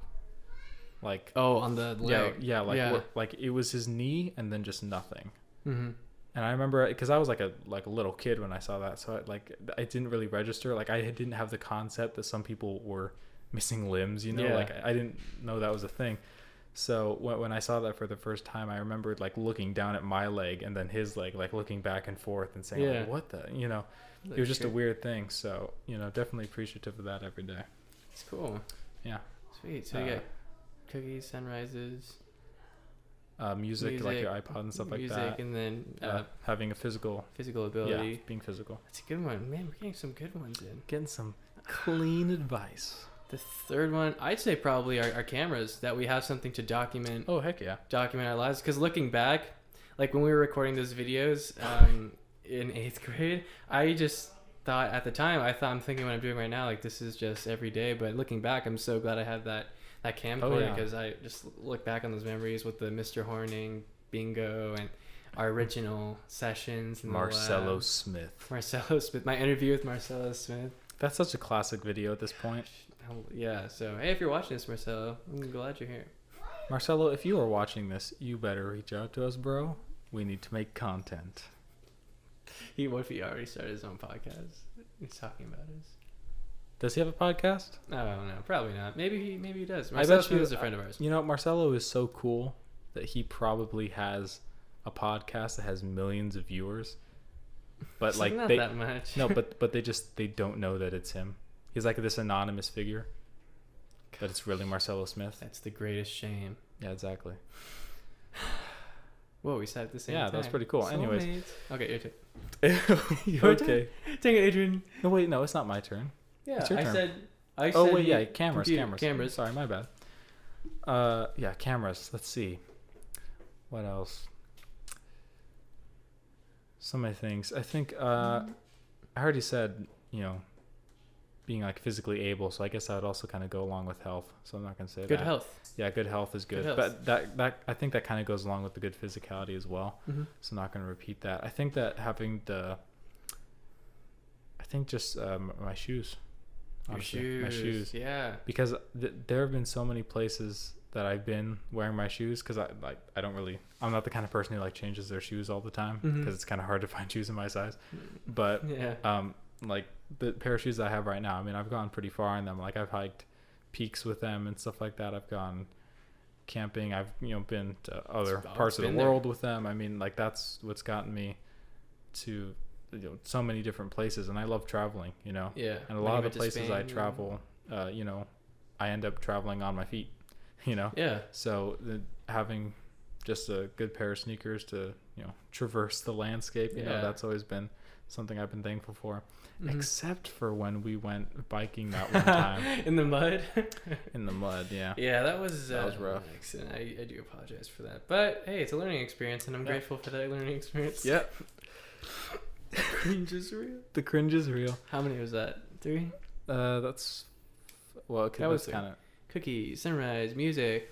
Speaker 2: Like,
Speaker 1: oh on the
Speaker 2: yeah,
Speaker 1: leg
Speaker 2: yeah, like,
Speaker 1: yeah.
Speaker 2: where- like it was his knee and then just nothing.
Speaker 1: hmm
Speaker 2: and I remember because I was like a like a little kid when I saw that, so I, like I didn't really register. Like I didn't have the concept that some people were missing limbs. You know,
Speaker 1: Yeah.
Speaker 2: like I I didn't know that was a thing. So when, when I saw that for the first time, I remembered like looking down at my leg and then his leg, like looking back and forth and saying, like,
Speaker 1: Yeah.
Speaker 2: "What the?" You know, it was just a weird thing. So you know, definitely appreciative of that every day.
Speaker 1: It's cool.
Speaker 2: Yeah.
Speaker 1: Sweet. So you
Speaker 2: Uh,
Speaker 1: got cookies, sunrises,
Speaker 2: Uh, music, like your iPod and stuff like
Speaker 1: music,
Speaker 2: that.
Speaker 1: and then uh,
Speaker 2: uh, having a physical,
Speaker 1: physical
Speaker 2: yeah,
Speaker 1: ability.
Speaker 2: being physical,
Speaker 1: That's a good one, man. We're getting some good ones in.
Speaker 2: getting some clean advice.
Speaker 1: The third one, I'd say probably our, our cameras that we have something to document
Speaker 2: Oh heck yeah!
Speaker 1: document our lives because looking back like when we were recording those videos um, in eighth grade i just thought at the time i thought i'm thinking what i'm doing right now like this is just every day but looking back i'm so glad i had that that camcorder
Speaker 2: Oh, yeah.
Speaker 1: because i just look back on those memories with the mr horning bingo and our original sessions in the
Speaker 2: Marcelo
Speaker 1: lab.
Speaker 2: Smith.
Speaker 1: marcelo smith my interview with marcelo smith
Speaker 2: That's such a classic video at this point.
Speaker 1: yeah so hey if you're watching this marcelo i'm glad you're here
Speaker 2: Marcelo, if you are watching this, you better reach out to us, bro. We need to make content.
Speaker 1: he what if he already started his own podcast he's talking about us
Speaker 2: Does he have a podcast?
Speaker 1: I don't know. Probably not. Maybe he maybe he does.
Speaker 2: I bet
Speaker 1: Marcelo Smith
Speaker 2: you-
Speaker 1: is a friend of ours.
Speaker 2: You know, Marcelo is so cool that he probably has a podcast that has millions of viewers. But
Speaker 1: It's
Speaker 2: like
Speaker 1: not
Speaker 2: they
Speaker 1: that much.
Speaker 2: No, but but they just they don't know that it's him. He's like this anonymous figure. But it's really Marcelo Smith.
Speaker 1: that's the greatest shame.
Speaker 2: Yeah, exactly.
Speaker 1: Whoa, we sat at the same
Speaker 2: Yeah,
Speaker 1: time.
Speaker 2: that was pretty cool. Anyways.
Speaker 1: Soulmates. okay, your turn. Your turn.
Speaker 2: okay.
Speaker 1: Dang it, Adrian.
Speaker 2: No, wait, no, it's not my turn.
Speaker 1: Yeah,
Speaker 2: It's your
Speaker 1: I
Speaker 2: turn.
Speaker 1: said. I
Speaker 2: oh
Speaker 1: said
Speaker 2: wait,
Speaker 1: you-
Speaker 2: yeah, cameras,
Speaker 1: computer-
Speaker 2: cameras,
Speaker 1: cameras.
Speaker 2: Sorry, my bad. Uh, yeah, cameras. Let's see. What else? So many things. I think uh, I already said you know being like physically able. So I guess that would also kind of go along with health. So I'm not gonna say
Speaker 1: Good
Speaker 2: that.
Speaker 1: health.
Speaker 2: Yeah, good health is
Speaker 1: Good
Speaker 2: good.
Speaker 1: health.
Speaker 2: But that that I think that kind of goes along with the good physicality as well
Speaker 1: Mhm.
Speaker 2: so I'm not going to repeat that. I think that having the, I think just um, my shoes,
Speaker 1: Your
Speaker 2: honestly,
Speaker 1: shoes.
Speaker 2: my shoes,
Speaker 1: Yeah.
Speaker 2: because th- there have been so many places that I've been wearing my shoes because I like I don't really I'm not the kind of person who like changes their shoes all the time because
Speaker 1: Mhm.
Speaker 2: it's kind of hard to find shoes in my size, but
Speaker 1: Mm. Yeah.
Speaker 2: um like the pair of shoes I have right now. I mean I've gone pretty far in them. Like I've hiked peaks with them and stuff like that. I've gone camping. I've you know been to other
Speaker 1: It's- it's
Speaker 2: parts of the
Speaker 1: been there.
Speaker 2: world with them. I mean like that's what's gotten me to you know so many different places and I love traveling, you know.
Speaker 1: Yeah.
Speaker 2: And a
Speaker 1: When you
Speaker 2: lot of the
Speaker 1: went to
Speaker 2: places I
Speaker 1: Spain.
Speaker 2: travel uh you know I end up traveling on my feet, you know.
Speaker 1: Yeah.
Speaker 2: So the, having just a good pair of sneakers to you know traverse the landscape, you
Speaker 1: Yeah.
Speaker 2: know that's always been something I've been thankful for.
Speaker 1: Mhm.
Speaker 2: Except for when we went biking that one time
Speaker 1: in the mud.
Speaker 2: in the mud. Yeah.
Speaker 1: yeah, that was
Speaker 2: That was
Speaker 1: uh,
Speaker 2: rough.
Speaker 1: an accident. I, I do apologize for that, but hey, it's a learning experience, and I'm
Speaker 2: Yeah.
Speaker 1: grateful for that learning experience.
Speaker 2: Yep.
Speaker 1: Cringe is real.
Speaker 2: The cringe is real.
Speaker 1: How many was that? Three.
Speaker 2: Uh, that's well, okay,
Speaker 1: That was
Speaker 2: that's kind of
Speaker 1: cookie, sunrise, music,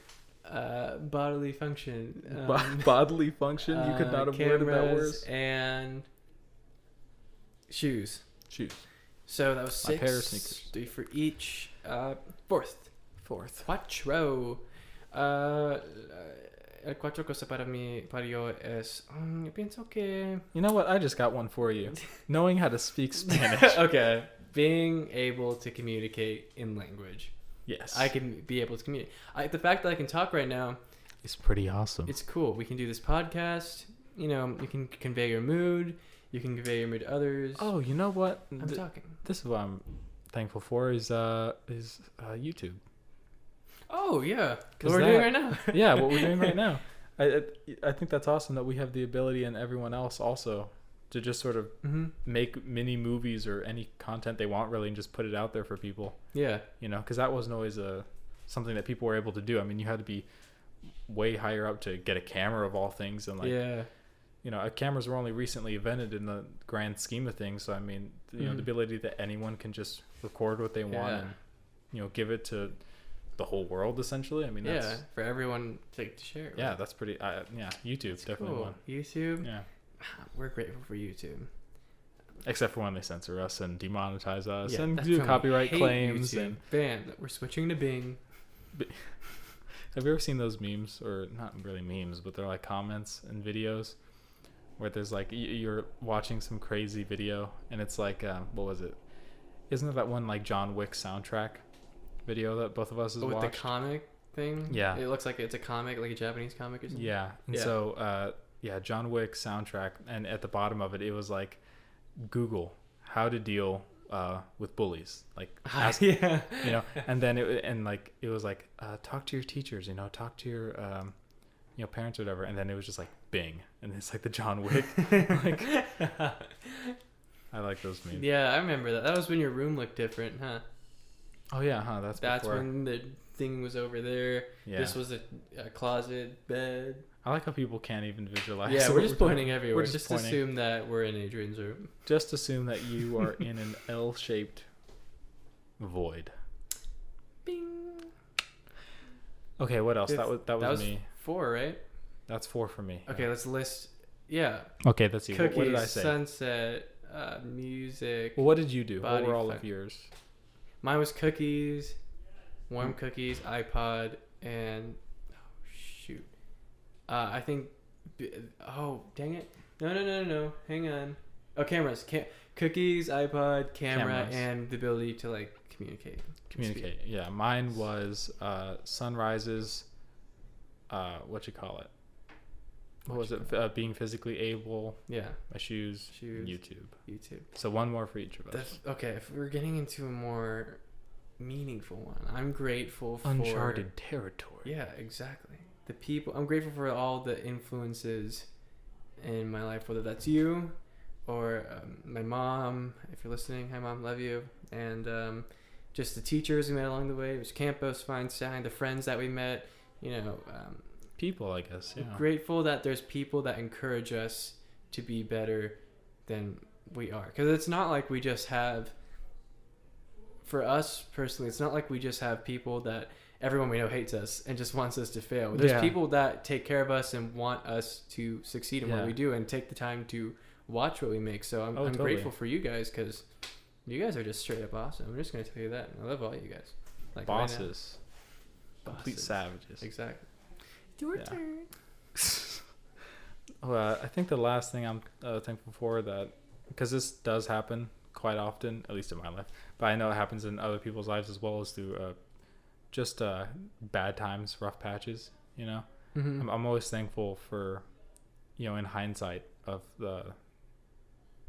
Speaker 1: uh, bodily function, um,
Speaker 2: bodily function. You could
Speaker 1: uh,
Speaker 2: not have worded that
Speaker 1: cameras,
Speaker 2: worse.
Speaker 1: and shoes.
Speaker 2: Shoes.
Speaker 1: So that was
Speaker 2: My
Speaker 1: six.
Speaker 2: pair of sneakers.
Speaker 1: Three for each. Uh, fourth.
Speaker 2: Fourth.
Speaker 1: Cuatro. Uh, el cuatro cosa para mí, para yo es. mm, yo pienso que.
Speaker 2: You know what? I just got one for you. Knowing how to speak Spanish.
Speaker 1: okay. Being able to communicate in language.
Speaker 2: yes.
Speaker 1: I can be able to communicate. I, the fact that I can talk right now,
Speaker 2: It's pretty awesome.
Speaker 1: it's cool. We can do this podcast. You know, you can convey your mood. You can convey your mood to others.
Speaker 2: oh, you know what?
Speaker 1: I'm
Speaker 2: Th-
Speaker 1: talking.
Speaker 2: this is what I'm thankful for is uh is uh, YouTube.
Speaker 1: Oh yeah,
Speaker 2: 'Cause
Speaker 1: what we're doing right
Speaker 2: that-
Speaker 1: now.
Speaker 2: Yeah, what we're doing right now. I I I think that's awesome that we have the ability and everyone else also to just sort of
Speaker 1: hmm
Speaker 2: make mini movies or any content they want really and just put it out there for people.
Speaker 1: Yeah.
Speaker 2: you know, because that wasn't always a something that people were able to do. I mean, you had to be way higher up to get a camera of all things, and like
Speaker 1: yeah.
Speaker 2: you know, uh, cameras were only recently invented in the grand scheme of things. So I mean, you know,
Speaker 1: Mhm.
Speaker 2: the ability that anyone can just record what they want
Speaker 1: Yeah.
Speaker 2: and you know give it to the whole world essentially. I mean, that's,
Speaker 1: yeah. For everyone to, to share. it with.
Speaker 2: yeah, that's pretty. I yeah, YouTube's definitely
Speaker 1: Cool.
Speaker 2: one.
Speaker 1: YouTube.
Speaker 2: Yeah,
Speaker 1: We're grateful for YouTube.
Speaker 2: except for when they censor us and demonetize us
Speaker 1: Yeah,
Speaker 2: and
Speaker 1: that's
Speaker 2: Uh, do
Speaker 1: when we
Speaker 2: copyright
Speaker 1: hate
Speaker 2: claims.
Speaker 1: YouTube.
Speaker 2: And
Speaker 1: bam, we're switching to Bing.
Speaker 2: Have you ever seen those memes, or not really memes, but they're like comments and videos where there's like y- you're watching some crazy video and it's like, um, what was it? Isn't it that one like John Wick soundtrack video that both of us has
Speaker 1: Oh, with the
Speaker 2: watched?
Speaker 1: comic thing.
Speaker 2: Yeah.
Speaker 1: It looks like it's a comic, like a Japanese comic or something.
Speaker 2: yeah, and
Speaker 1: Yeah.
Speaker 2: so uh, yeah, John Wick soundtrack, and at the bottom of it, it was like Google how to deal uh, with bullies, like ask,
Speaker 1: yeah.
Speaker 2: you know and then it and like it was like uh, talk to your teachers you know talk to your um, you know parents or whatever and then it was just like bing and it's like the john wick like i like those memes
Speaker 1: Yeah, I remember that. That was when your room looked different, huh?
Speaker 2: oh yeah huh that's,
Speaker 1: That's
Speaker 2: before
Speaker 1: when the thing was over there.
Speaker 2: yeah
Speaker 1: This was a, a closet bed.
Speaker 2: i like how people can't even visualize
Speaker 1: yeah,
Speaker 2: what
Speaker 1: we're just
Speaker 2: doing.
Speaker 1: pointing everywhere.
Speaker 2: we're just
Speaker 1: just
Speaker 2: pointing.
Speaker 1: assume that we're in Adrian's room.
Speaker 2: just assume that you are in an l-shaped void
Speaker 1: Bing.
Speaker 2: okay what else that
Speaker 1: Fifth-
Speaker 2: was that was,
Speaker 1: that was
Speaker 2: me
Speaker 1: four, right?
Speaker 2: that's four for me
Speaker 1: Okay,
Speaker 2: yeah.
Speaker 1: let's list. Yeah,
Speaker 2: okay let's see
Speaker 1: cookies,
Speaker 2: what did i say
Speaker 1: sunset, uh, music.
Speaker 2: well, what did you do what
Speaker 1: Body
Speaker 2: were all
Speaker 1: fuck.
Speaker 2: of yours
Speaker 1: Mine was cookies, warm cookies, iPod, and oh shoot, uh, I think. b- Oh dang it! No no no no no! Hang on. Oh cameras, Ca- cookies, iPod, camera,
Speaker 2: Cameras.
Speaker 1: and the ability to like communicate.
Speaker 2: communicate. Yeah, mine was uh, sunrises. Uh, what you call it? What was it? Uh, being physically able.
Speaker 1: Yeah,
Speaker 2: My shoes.
Speaker 1: Shoes.
Speaker 2: YouTube.
Speaker 1: YouTube.
Speaker 2: So one more for each of us.
Speaker 1: That's, okay, if we're getting into a more meaningful one, I'm grateful for
Speaker 2: Uncharted territory.
Speaker 1: Yeah, exactly. The people. I'm grateful for all the influences in my life, whether that's you or um, my mom. If you're listening, hi mom, love you. And um, just the teachers we met along the way. It was Campos, Feinstein, the friends that we met. You know, um,
Speaker 2: People, I guess. Yeah.
Speaker 1: grateful that there's people that encourage us to be better than we are. Because it's not like we just have, for us personally, it's not like we just have people that everyone we know hates us and just wants us to fail. There's
Speaker 2: Yeah.
Speaker 1: people that take care of us and want us to succeed in
Speaker 2: Yeah.
Speaker 1: what we do and take the time to watch what we make. So I'm,
Speaker 2: Oh,
Speaker 1: I'm
Speaker 2: totally.
Speaker 1: grateful for you guys because you guys are just straight up awesome. I'm just going to tell you that. I love all you guys. Like right now.
Speaker 2: Bosses. Complete
Speaker 1: Bosses.
Speaker 2: savages.
Speaker 1: Exactly.
Speaker 2: Your turn. well, I think the last thing I'm uh, thankful for that, because this does happen quite often, at least in my life, but I know it happens in other people's lives as well as through uh, just uh, bad times, rough patches. You know,
Speaker 1: Mhm.
Speaker 2: I'm, I'm always thankful for, you know, in hindsight of the,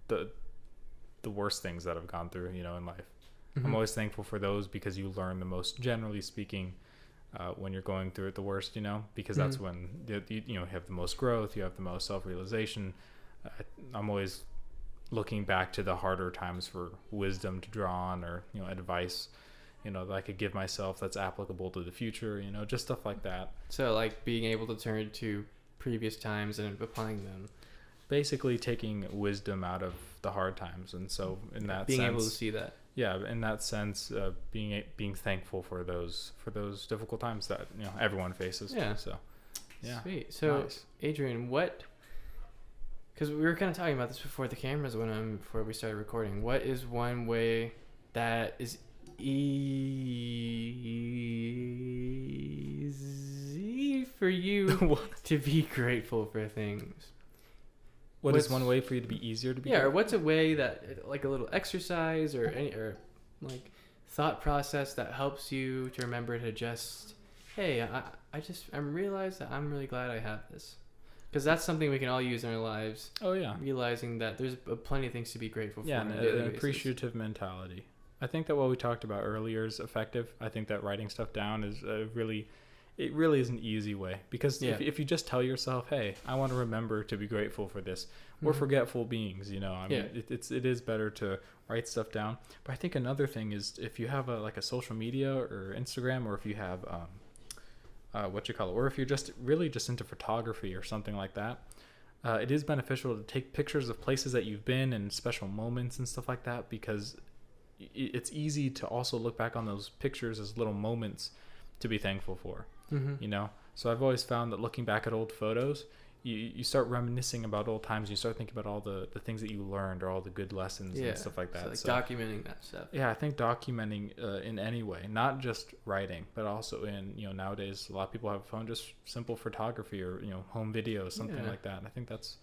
Speaker 2: the, the worst things that I've gone through. You know, in life.
Speaker 1: Mhm.
Speaker 2: I'm always thankful for those because you learn the most, generally speaking, uh, when you're going through it the worst, you know, because that's
Speaker 1: Mhm.
Speaker 2: when you, you, you know, have the most growth, you have the most self realization. Uh, I'm always looking back to the harder times for wisdom to draw on or, you know, advice, you know, that I could give myself that's applicable to the future, you know, just stuff like that.
Speaker 1: So like being able to turn to previous times and applying them,
Speaker 2: Basically, taking wisdom out of the hard times. And so, in that
Speaker 1: being
Speaker 2: sense,
Speaker 1: able to see that.
Speaker 2: yeah in that sense uh, being a- being thankful for those for those difficult times that you know everyone faces
Speaker 1: Yeah.
Speaker 2: so yeah
Speaker 1: Sweet. So
Speaker 2: nice.
Speaker 1: Adrian, what? Because we were kind of talking about this before the cameras went on, before we started recording. What is one way that is easy for you
Speaker 2: what
Speaker 1: to be grateful for things.
Speaker 2: what is
Speaker 1: What's-
Speaker 2: one way for you to be easier to be?
Speaker 1: Yeah, or
Speaker 2: grateful?
Speaker 1: what's a way that, like a little exercise or any, or like thought process that helps you to remember to just, hey, I, I just, I'm realized that I'm really glad I have this. Because that's something we can all use in our lives,
Speaker 2: Oh yeah.
Speaker 1: realizing that there's uh, plenty of things to be grateful
Speaker 2: Yeah,
Speaker 1: for.
Speaker 2: and
Speaker 1: on a
Speaker 2: a-
Speaker 1: daily
Speaker 2: an
Speaker 1: basis.
Speaker 2: appreciative mentality. I think that what we talked about earlier is effective. I think that writing stuff down is a really, it really is an easy way because if,
Speaker 1: Yeah.
Speaker 2: if you just tell yourself, "Hey, I want to remember to be grateful for this," we're
Speaker 1: Mhm.
Speaker 2: forgetful beings, you know. I mean,
Speaker 1: Yeah.
Speaker 2: it, it's it is better to write stuff down. But I think another thing is if you have a like a social media or Instagram, or if you have um, uh, what you call it, or if you're just really just into photography or something like that, uh, it is beneficial to take pictures of places that you've been and special moments and stuff like that because i- it's easy to also look back on those pictures as little moments to be thankful for
Speaker 1: Mhm.
Speaker 2: you know so i've always found that looking back at old photos you, you start reminiscing about old times you start thinking about all the, the things that you learned or all the good lessons
Speaker 1: Yeah,
Speaker 2: and stuff like that
Speaker 1: So, like
Speaker 2: So-
Speaker 1: documenting that stuff.
Speaker 2: yeah i think documenting uh, in any way not just writing but also in you know nowadays a lot of people have a phone just simple photography or you know home videos something
Speaker 1: Yeah. Mm.
Speaker 2: like that and i think that's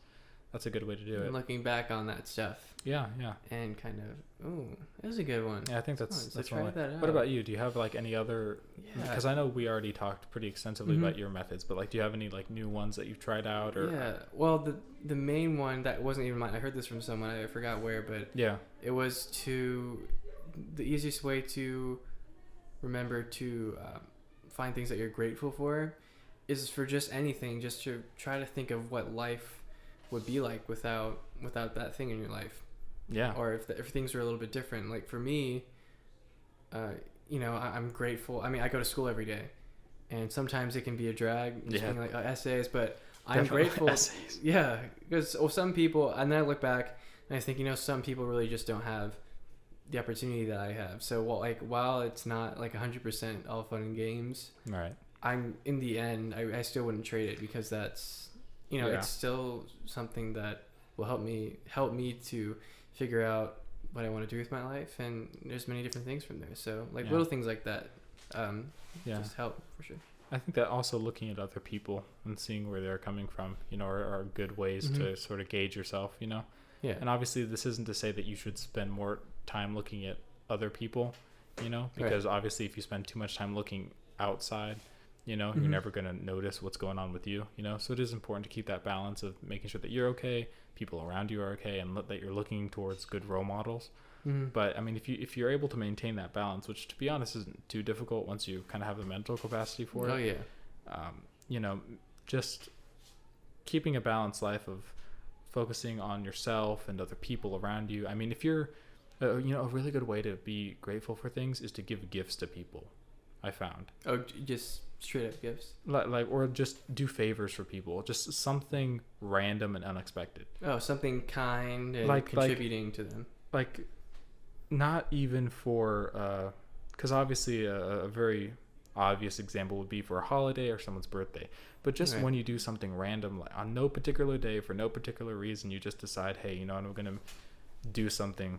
Speaker 2: that's a good way to do it
Speaker 1: And looking back on that stuff
Speaker 2: yeah yeah
Speaker 1: and kind of, ooh, that was a good one.
Speaker 2: yeah i think that's
Speaker 1: Nice, so
Speaker 2: that's one
Speaker 1: try
Speaker 2: way.
Speaker 1: that
Speaker 2: what
Speaker 1: out.
Speaker 2: about you do you have like any other because i know we already talked pretty extensively
Speaker 1: Mhm.
Speaker 2: about your methods but like do you have any like new ones that you've tried out or
Speaker 1: yeah. Well, the the main one that wasn't even mine. I heard this from someone. I forgot where, but
Speaker 2: yeah
Speaker 1: it was to the easiest way to remember to um, find things that you're grateful for is for just anything. Just to try to think of what life would be like without without that thing in your life,
Speaker 2: yeah
Speaker 1: or if, the, if things were a little bit different. Like for me, uh, you know, I, I'm grateful. I mean, I go to school every day, and sometimes it can be a drag, just
Speaker 2: Yeah.
Speaker 1: being like uh, essays, but. I'm
Speaker 2: Definitely
Speaker 1: grateful
Speaker 2: essays.
Speaker 1: yeah, because well, some people, and then I look back and I think, you know, some people really just don't have the opportunity that I have. So, while like while it's not like 100% all fun and games,
Speaker 2: all right
Speaker 1: I'm in the end, I, I still wouldn't trade it because that's, you know,
Speaker 2: Yeah.
Speaker 1: it's still something that will help me help me to figure out what I want to do with my life, and there's many different things from there. So, like
Speaker 2: Yeah.
Speaker 1: little things like that, um,
Speaker 2: yeah
Speaker 1: just help for sure.
Speaker 2: I think that also looking at other people and seeing where they're coming from, you know, are, are good ways
Speaker 1: Mm-hmm.
Speaker 2: to sort of gauge yourself, you know.
Speaker 1: Yeah,
Speaker 2: And obviously, this isn't to say that you should spend more time looking at other people, you know,
Speaker 1: Right.
Speaker 2: because obviously, if you spend too much time looking outside, you know, you're
Speaker 1: Mhm.
Speaker 2: never going to notice what's going on with you, you know. So it is important to keep that balance of making sure that you're okay, people around you are okay, and lo- that you're looking towards good role models.
Speaker 1: Mhm.
Speaker 2: But I mean, if you if you're able to maintain that balance, which to be honest isn't too difficult once you kind of have the mental capacity for it
Speaker 1: oh yeah,
Speaker 2: um, you know, just keeping a balanced life of focusing on yourself and other people around you. I mean, if you're, uh, you know, a really good way to be grateful for things is to give gifts to people. I found
Speaker 1: oh j- just straight up gifts.
Speaker 2: like, like or just do favors for people, just something random and unexpected.
Speaker 1: Oh, something kind and
Speaker 2: Like- like-
Speaker 1: contributing to them.
Speaker 2: like not even for because obviously a, a very obvious example would be for a holiday or someone's birthday but just
Speaker 1: Right.
Speaker 2: when you do something random like on no particular day for no particular reason you just decide hey you know what i'm gonna do something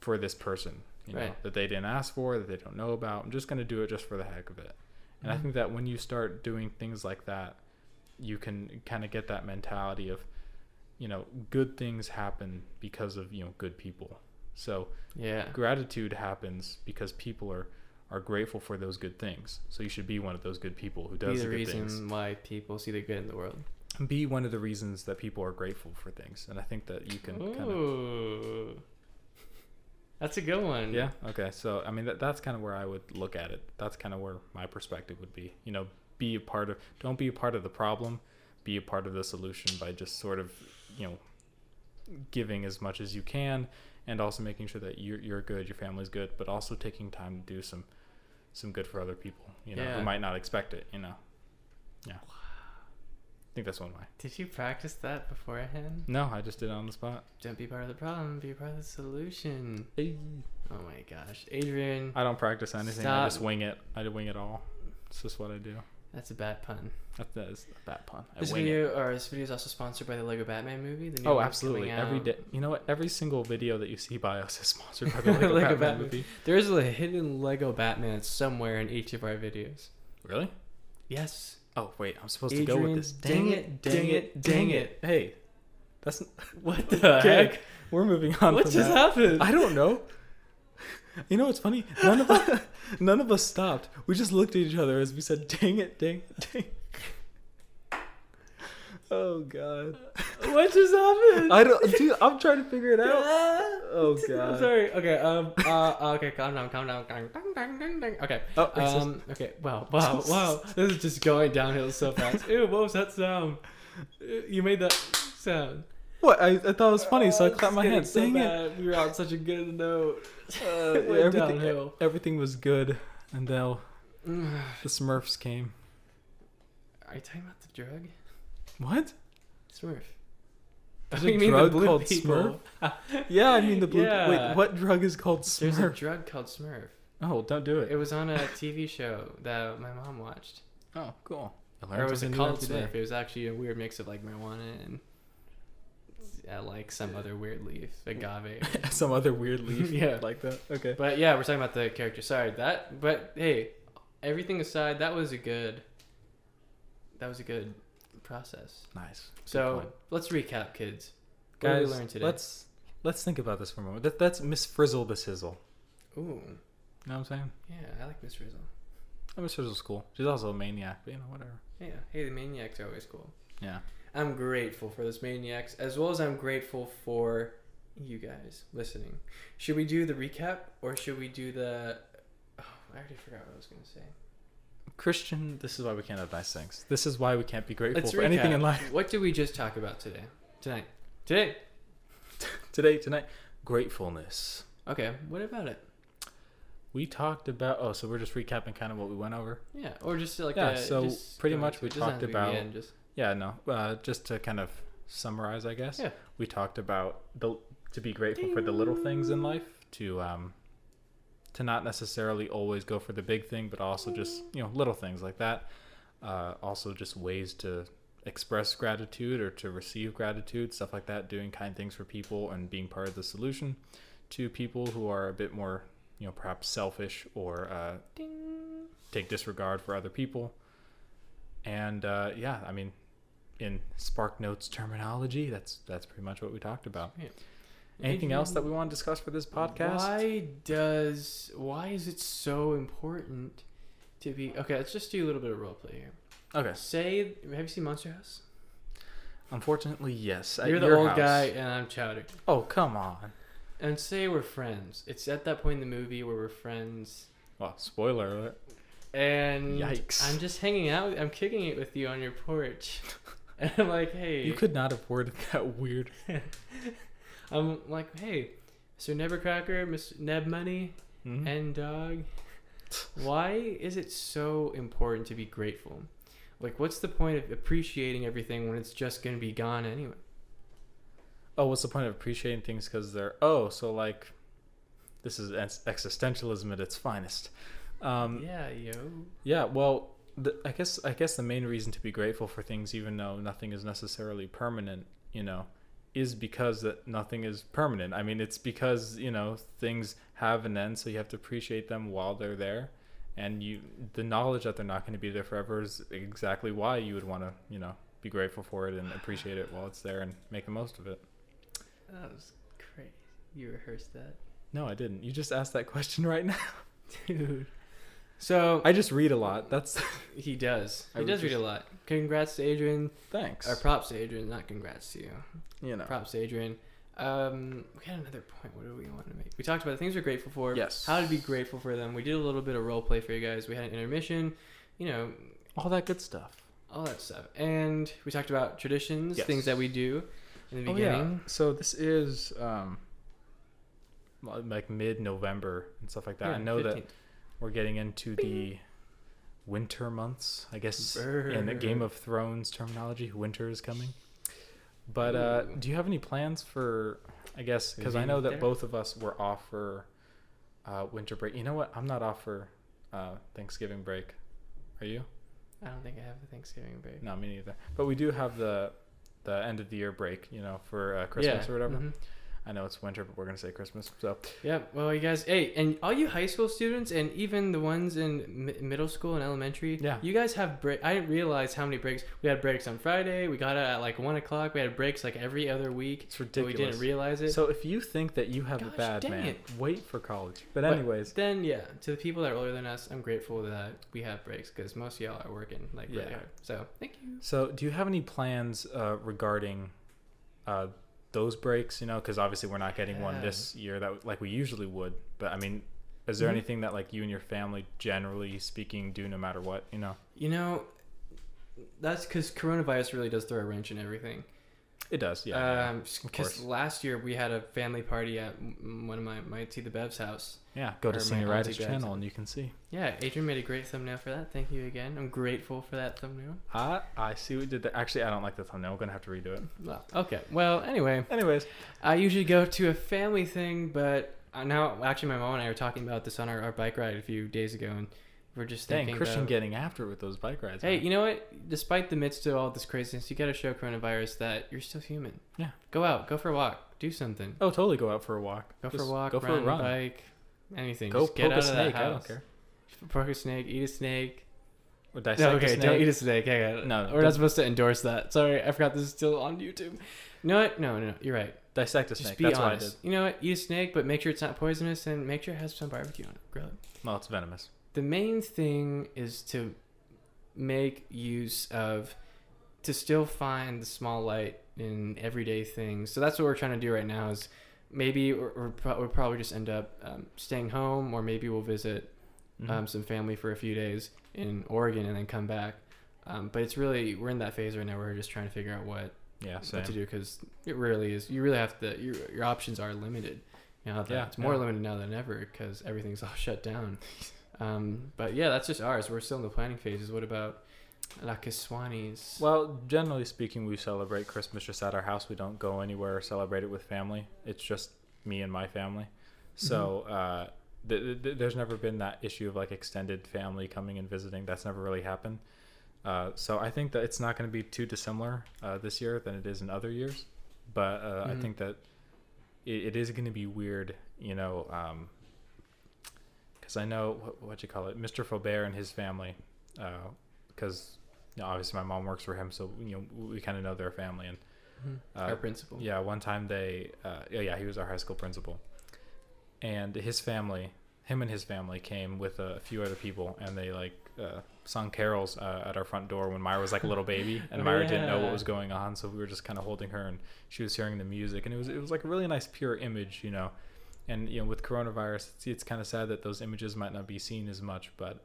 Speaker 2: for this person you know
Speaker 1: Right.
Speaker 2: that they didn't ask for that they don't know about i'm just gonna do it just for the heck of it
Speaker 1: Mm-hmm.
Speaker 2: and i think that when you start doing things like that you can kind of get that mentality of you know good things happen because of you know good people so
Speaker 1: Yeah.
Speaker 2: gratitude happens because people are are grateful for those good things so you should be one of those good people who
Speaker 1: Be
Speaker 2: does
Speaker 1: the
Speaker 2: the good
Speaker 1: reason
Speaker 2: things
Speaker 1: why people see the good in the world.
Speaker 2: be one of the reasons that people are grateful for things and i think that you can kind of
Speaker 1: Ooh. That's a good one.
Speaker 2: yeah okay so i mean that, that's kind of where i would look at it that's kind of where my perspective would be you know be a part of don't be a part of the problem be a part of the solution by just sort of you know giving as much as you can and also making sure that you're, you're good your family's good but also taking time to do some some good for other people you know
Speaker 1: Yeah.
Speaker 2: who might not expect it you know yeah i think that's one way
Speaker 1: Did you practice that beforehand?
Speaker 2: no i just did it on the spot
Speaker 1: Don't be part of the problem, be part of the solution. Oh my gosh. Adrian,
Speaker 2: i don't practice anything i
Speaker 1: Stop.
Speaker 2: just wing it i wing it all it's just what i do
Speaker 1: That's a bad pun.
Speaker 2: That, that is a bad pun. I
Speaker 1: This
Speaker 2: wing it.
Speaker 1: video or this video is also sponsored by the Lego Batman movie. The new
Speaker 2: Oh,
Speaker 1: one's
Speaker 2: absolutely.
Speaker 1: coming
Speaker 2: Every
Speaker 1: out.
Speaker 2: day. You know what? Every single video that you see by us is sponsored by the Lego,
Speaker 1: Lego
Speaker 2: Batman,
Speaker 1: Batman.
Speaker 2: movie.
Speaker 1: There is a hidden Lego Batman somewhere in each of our videos.
Speaker 2: Really?
Speaker 1: Yes.
Speaker 2: Oh, wait. I'm supposed to go
Speaker 1: Adrian,
Speaker 2: with this.
Speaker 1: dang it, dang it, dang it.
Speaker 2: Hey. That's
Speaker 1: What the
Speaker 2: Okay,
Speaker 1: heck?
Speaker 2: We're moving on
Speaker 1: What
Speaker 2: from
Speaker 1: just
Speaker 2: that.
Speaker 1: happened?
Speaker 2: I don't know. You know what's funny? None of us, none of us stopped. We just looked at each other as we said, "Dang it, dang it, dang." it." Oh god.
Speaker 1: what just happened?
Speaker 2: I don't, dude. I'm trying to figure it out.
Speaker 1: Ah.
Speaker 2: Oh
Speaker 1: I'm
Speaker 2: god.
Speaker 1: sorry. Okay. Um. Uh. Okay. Calm down. Calm down. Calm down. Ding, ding, ding. Okay.
Speaker 2: Oh, it's just-
Speaker 1: Um. Okay. Wow. Wow. Wow. This is just going downhill so fast. Ew. What was that sound? Ew, You made that sound.
Speaker 2: what? I, I thought it was funny, so I
Speaker 1: Oh,
Speaker 2: clapped
Speaker 1: it's
Speaker 2: my
Speaker 1: getting
Speaker 2: hands.
Speaker 1: so
Speaker 2: dang it.
Speaker 1: bad. We were on such a good note.
Speaker 2: Uh,
Speaker 1: It went
Speaker 2: everything,
Speaker 1: downhill.
Speaker 2: everything was good, and then
Speaker 1: Are
Speaker 2: the Smurfs came.
Speaker 1: you talking about the drug?
Speaker 2: What?
Speaker 1: Smurf.
Speaker 2: There's
Speaker 1: Oh,
Speaker 2: a
Speaker 1: you mean the
Speaker 2: drug
Speaker 1: blue
Speaker 2: called
Speaker 1: people.
Speaker 2: Smurf? Yeah, I mean the blue.
Speaker 1: Yeah.
Speaker 2: Wait, what drug is called
Speaker 1: There's a
Speaker 2: Smurf?
Speaker 1: drug called Smurf.
Speaker 2: oh, don't do
Speaker 1: It was on a TV show that my mom watched.
Speaker 2: Oh, cool. I
Speaker 1: Or was it
Speaker 2: something new
Speaker 1: called
Speaker 2: every day.
Speaker 1: Smurf? It was actually a weird mix of like marijuana and uh, like some other weird leaf, agave.
Speaker 2: Some other weird leaf.
Speaker 1: Yeah.
Speaker 2: like that. Okay.
Speaker 1: but yeah, we're talking about the character. Sorry that. But hey, everything aside, that was a good. That was a good process.
Speaker 2: Nice.
Speaker 1: So
Speaker 2: point.
Speaker 1: let's recap, kids. What did
Speaker 2: Guys,
Speaker 1: we learn today?
Speaker 2: let's let's think about this for a moment. That, that's Miss Frizzle the Sizzle.
Speaker 1: Ooh,
Speaker 2: You know what I'm saying?
Speaker 1: yeah, I like Miss Rizzle.
Speaker 2: Oh, Miss Frizzle's cool. She's also a maniac, but you know, whatever.
Speaker 1: Yeah, hey, the maniacs are always cool.
Speaker 2: Yeah.
Speaker 1: I'm grateful for this maniacs, as well as I'm grateful for you guys listening. Should we do the recap or should we do the? Oh, I already forgot what I was gonna say.
Speaker 2: Christian, this is why we can't have nice things. This is why we can't be grateful for anything in life.
Speaker 1: What did we just talk about today? Tonight. Today.
Speaker 2: Today, tonight, gratefulness.
Speaker 1: Okay. What about it?
Speaker 2: We talked about. Oh, so we're just recapping kind of what we went over.
Speaker 1: Yeah. Or just like
Speaker 2: Yeah,
Speaker 1: A,
Speaker 2: so
Speaker 1: just
Speaker 2: pretty
Speaker 1: go
Speaker 2: much
Speaker 1: into
Speaker 2: we
Speaker 1: it. Doesn't have
Speaker 2: talked
Speaker 1: to be the
Speaker 2: about-
Speaker 1: end, just-
Speaker 2: Yeah, no. Uh, just to kind of summarize, I guess.
Speaker 1: Yeah.
Speaker 2: We talked about the to be grateful for the little things in life, to um, to not necessarily always go for the big thing, but also just you know little things like that. Uh, also, just ways to express gratitude or to receive gratitude, stuff like that. Doing kind things for people and being part of the solution to people who are a bit more you know perhaps selfish or uh,
Speaker 1: Ding.
Speaker 2: take disregard for other people. And uh, yeah, I mean, in Spark Notes terminology, that's that's pretty much what we talked about.
Speaker 1: Right.
Speaker 2: Anything else that
Speaker 1: Adrian,
Speaker 2: we want to discuss for this podcast?
Speaker 1: Why does why is it so important to be okay? Let's just do a little bit of role play here.
Speaker 2: Okay.
Speaker 1: Say, have you seen Monster House?
Speaker 2: Unfortunately, yes. at
Speaker 1: You're the
Speaker 2: your
Speaker 1: old
Speaker 2: house.
Speaker 1: guy, and I'm Chowder.
Speaker 2: Oh come on.
Speaker 1: And say we're friends. It's at that point in the movie where we're friends,
Speaker 2: Well, spoiler alert.
Speaker 1: and
Speaker 2: Yikes.
Speaker 1: I'm just hanging out. I'm kicking it with you on your porch, and I'm like, hey,
Speaker 2: You could not have worded that weird.
Speaker 1: I'm like, hey, Mr. Nebercracker, Mr. Neb Money,
Speaker 2: Mhm.
Speaker 1: and Dog. Why is it so important to be grateful? Like, what's the point of appreciating everything when it's just gonna be gone anyway?
Speaker 2: oh, what's the point of appreciating things because they're oh, so like, this is ex- existentialism at its finest. Um,
Speaker 1: yeah, yo.
Speaker 2: Yeah, well, the, I guess I guess the main reason to be grateful for things, even though nothing is necessarily permanent, you know, is because that nothing is permanent. I mean, it's because you know things have an end, so you have to appreciate them while they're there, and you the knowledge that they're not going to be there forever is exactly why you would want to you know be grateful for it and appreciate it while it's there and make the most of it.
Speaker 1: That was crazy. You rehearsed that,
Speaker 2: No, I didn't. You just asked that question right now.
Speaker 1: dude. So
Speaker 2: I just read a lot. That's
Speaker 1: He does.
Speaker 2: I
Speaker 1: he
Speaker 2: would
Speaker 1: does
Speaker 2: just-
Speaker 1: read a lot. Congrats to Adrian.
Speaker 2: thanks.
Speaker 1: Or props to Adrian, not congrats to you.
Speaker 2: you know.
Speaker 1: Props to Adrian. Um, we had another point. What do we want to make? We talked about the things we're grateful for.
Speaker 2: Yes.
Speaker 1: How to be grateful for them. We did a little bit of role play for you guys. We had an intermission, you know,
Speaker 2: All that good stuff.
Speaker 1: all that stuff. And we talked about traditions,
Speaker 2: Yes.
Speaker 1: things that we do in the
Speaker 2: Oh,
Speaker 1: beginning.
Speaker 2: yeah. So this is um, li- like mid-November and stuff like that. I
Speaker 1: Yeah,
Speaker 2: know that
Speaker 1: 15th.
Speaker 2: we're getting into the winter months, I guess, in the Game
Speaker 1: Brr.
Speaker 2: of Thrones terminology. Winter is coming. But uh,
Speaker 1: Ooh.
Speaker 2: do you have any plans for? I guess because I
Speaker 1: Maybe
Speaker 2: know that
Speaker 1: there.
Speaker 2: both of us were off for uh, winter break. You know what? I'm not off for uh, Thanksgiving break. Are you?
Speaker 1: I don't think I have the Thanksgiving break.
Speaker 2: No, me neither. But we do have the the end of the year break, you know, for uh, Christmas or whatever.
Speaker 1: mhm.
Speaker 2: I know it's winter, but we're gonna say Christmas. So
Speaker 1: Yeah. Well, you guys, hey, and all you high school students, and even the ones in mi- middle school and elementary,
Speaker 2: Yeah.
Speaker 1: you guys have break. I didn't realize how many breaks we had. Breaks on Friday. We got out at like one o'clock. We had breaks like every other week.
Speaker 2: it's
Speaker 1: but
Speaker 2: ridiculous.
Speaker 1: we didn't realize it.
Speaker 2: So if you think that you have
Speaker 1: Eh. Gosh,
Speaker 2: it bad,
Speaker 1: dang
Speaker 2: man,
Speaker 1: it.
Speaker 2: wait for college. But
Speaker 1: But
Speaker 2: anyways,
Speaker 1: then yeah, to the people that are older than us, I'm grateful that we have breaks because most of y'all are working like really
Speaker 2: Yeah.
Speaker 1: hard. So thank you.
Speaker 2: so do you have any plans uh, regarding uh, those breaks? You know, because obviously we're not getting one
Speaker 1: Yeah.
Speaker 2: this year that like we usually would. But I mean, is there
Speaker 1: Mhm.
Speaker 2: anything that like you and your family, generally speaking, do no matter what? You know,
Speaker 1: You know, that's because coronavirus really does throw a wrench in everything.
Speaker 2: it does. Yeah. yeah,
Speaker 1: Um,
Speaker 2: Uh, of
Speaker 1: because
Speaker 2: course.
Speaker 1: last year we had a family party at m- one of my my T the Bev's house.
Speaker 2: yeah. Go to
Speaker 1: or my
Speaker 2: Senior Writer's
Speaker 1: auntie grabs
Speaker 2: channel
Speaker 1: it.
Speaker 2: and you can see.
Speaker 1: Yeah, Adrian made a great thumbnail for that. Thank you again. I'm grateful for that thumbnail.
Speaker 2: I I see what you did there. Actually, I don't like the thumbnail. We're gonna have to redo it.
Speaker 1: Well, okay. Well, anyway,
Speaker 2: Anyways,
Speaker 1: I usually go to a family thing, but I now actually my mom and I were talking about this on our, our bike ride a few days ago, and we're just
Speaker 2: dang,
Speaker 1: thinking
Speaker 2: Christian
Speaker 1: about-
Speaker 2: getting after it with those bike rides.
Speaker 1: Hey,
Speaker 2: man.
Speaker 1: you know what? Despite the midst of all this craziness, you got to show coronavirus that you're still human.
Speaker 2: Yeah.
Speaker 1: Go out. Go for a walk. Do something.
Speaker 2: oh, totally go out for a walk.
Speaker 1: Go for a
Speaker 2: Just
Speaker 1: walk.
Speaker 2: Go
Speaker 1: run,
Speaker 2: for a run.
Speaker 1: Bike. Anything.
Speaker 2: Go
Speaker 1: Just get
Speaker 2: poke
Speaker 1: out
Speaker 2: a
Speaker 1: of that
Speaker 2: snake. I
Speaker 1: house.
Speaker 2: don't care.
Speaker 1: Poke a snake. Eat a snake.
Speaker 2: Or
Speaker 1: No,
Speaker 2: dissect
Speaker 1: okay,
Speaker 2: a snake.
Speaker 1: don't eat a snake. I got it.
Speaker 2: No,
Speaker 1: we're
Speaker 2: don't-
Speaker 1: not supposed to endorse that. Sorry, I forgot this is still on YouTube. No, what? no, no, no, you're right.
Speaker 2: Dissect a
Speaker 1: Just
Speaker 2: snake.
Speaker 1: be
Speaker 2: That's
Speaker 1: honest.
Speaker 2: what I
Speaker 1: You know what? Eat a snake, but make sure it's not poisonous, and make sure it has some barbecue on it. Grill it.
Speaker 2: did. Well, it's venomous.
Speaker 1: The main thing is to make use of to still find the small light in everyday things. So that's what we're trying to do right now. Is maybe we're, we're pro- we'll probably just end up um, staying home, or maybe we'll visit
Speaker 2: Mhm.
Speaker 1: um, some family for a few days in Oregon and then come back. Um, but it's really we're in that phase right now where we're just trying to figure out what,
Speaker 2: yeah, same.
Speaker 1: what to do because it really is. You really have to. Your, your options are limited. You know, that
Speaker 2: Yeah,
Speaker 1: it's more
Speaker 2: yeah.
Speaker 1: limited now than ever because everything's all shut down. Um, but yeah, that's just ours. We're still in the planning phases. What about La Kiswani's?
Speaker 2: Well, generally speaking, we celebrate Christmas just at our house. We don't go anywhere or celebrate it with family. It's just me and my family. So uh, th- th- there's never been that issue of like extended family coming and visiting. That's never really happened. Uh, so I think that it's not going to be too dissimilar uh, this year than it is in other years. But uh, I
Speaker 1: Mhm.
Speaker 2: think that it, it is going to be weird, you know, because I know what what you call it, Mr. Faubert and his family, because uh, you know, obviously my mom works for him, so you know we kind of know their family. And
Speaker 1: Mhm.
Speaker 2: uh,
Speaker 1: Our principal.
Speaker 2: yeah, one time they, uh, yeah, yeah, he was our high school principal, and his family, him and his family came with a few other people, and they like uh, sung carols uh, at our front door when Myra was like a little baby, and
Speaker 1: Oh,
Speaker 2: Myra didn't know
Speaker 1: yeah.
Speaker 2: what was going on, so we were just kind of holding her, and she was hearing the music, and it was it was like a really nice pure image, you know, and you know with coronavirus, it's, it's kind of sad that those images might not be seen as much, but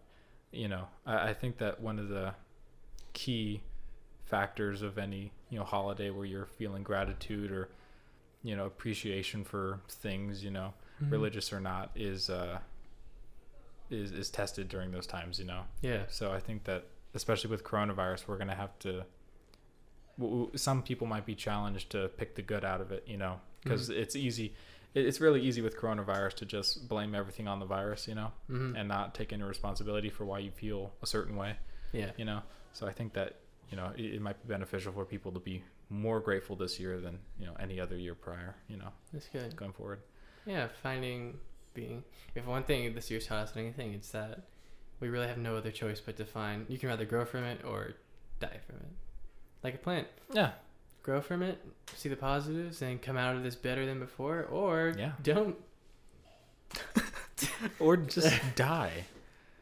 Speaker 2: you know, I, I think that one of the key factors of any you know holiday where you're feeling gratitude or you know appreciation for things you know
Speaker 1: Mhm.
Speaker 2: religious or not is uh is is tested during those times you know
Speaker 1: Yeah.
Speaker 2: so i think that especially with coronavirus we're gonna have to w- w- some people might be challenged to pick the good out of it you know because it's easy it- it's really easy with coronavirus to just blame everything on the virus you know
Speaker 1: Mhm.
Speaker 2: and not take any responsibility for why you feel a certain way
Speaker 1: Yeah.
Speaker 2: you know so i think that you know it, it might be beneficial for people to be more grateful this year than you know any other year prior you know
Speaker 1: That's good.
Speaker 2: going forward
Speaker 1: Yeah, finding being. If one thing this year's taught us anything, it's that we really have no other choice but to find. You can rather grow from it or die from it. Like a plant,
Speaker 2: yeah
Speaker 1: grow from it, see the positives, and come out of this better than before, or
Speaker 2: Yeah.
Speaker 1: don't.
Speaker 2: or just die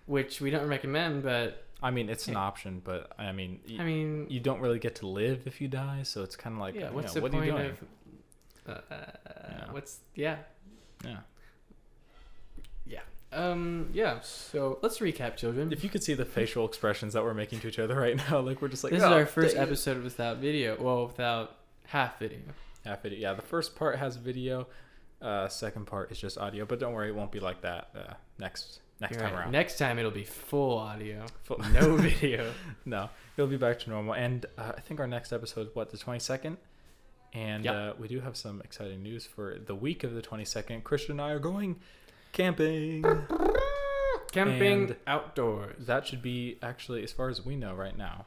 Speaker 1: Which we don't recommend, but
Speaker 2: i mean it's an option but i mean y-
Speaker 1: I mean,
Speaker 2: you don't really get to live if you die so it's kind of like
Speaker 1: yeah.
Speaker 2: you
Speaker 1: What's
Speaker 2: know,
Speaker 1: the
Speaker 2: what
Speaker 1: point
Speaker 2: are you doing
Speaker 1: of? Uh,
Speaker 2: Yeah.
Speaker 1: What's yeah.
Speaker 2: yeah
Speaker 1: Um. Yeah. So let's recap, children.
Speaker 2: if you could see the facial expressions that we're making to each other right now like we're just like
Speaker 1: this is
Speaker 2: "Oh,
Speaker 1: our first
Speaker 2: dang it."
Speaker 1: episode without video. Well, without half video.
Speaker 2: half video yeah the first part has video uh second part is just audio but don't worry it won't be like that uh, next next
Speaker 1: You're
Speaker 2: time
Speaker 1: right.
Speaker 2: around
Speaker 1: Next time it'll be full audio,
Speaker 2: Full-
Speaker 1: no video.
Speaker 2: No, it'll be back to normal. And uh, I think our next episode is what the twenty second, and
Speaker 1: Yep.
Speaker 2: uh, we do have some exciting news for the week of the twenty second. Christian and I are going camping.
Speaker 1: Camping
Speaker 2: And-
Speaker 1: outdoors.
Speaker 2: That should be actually, as far as we know right now,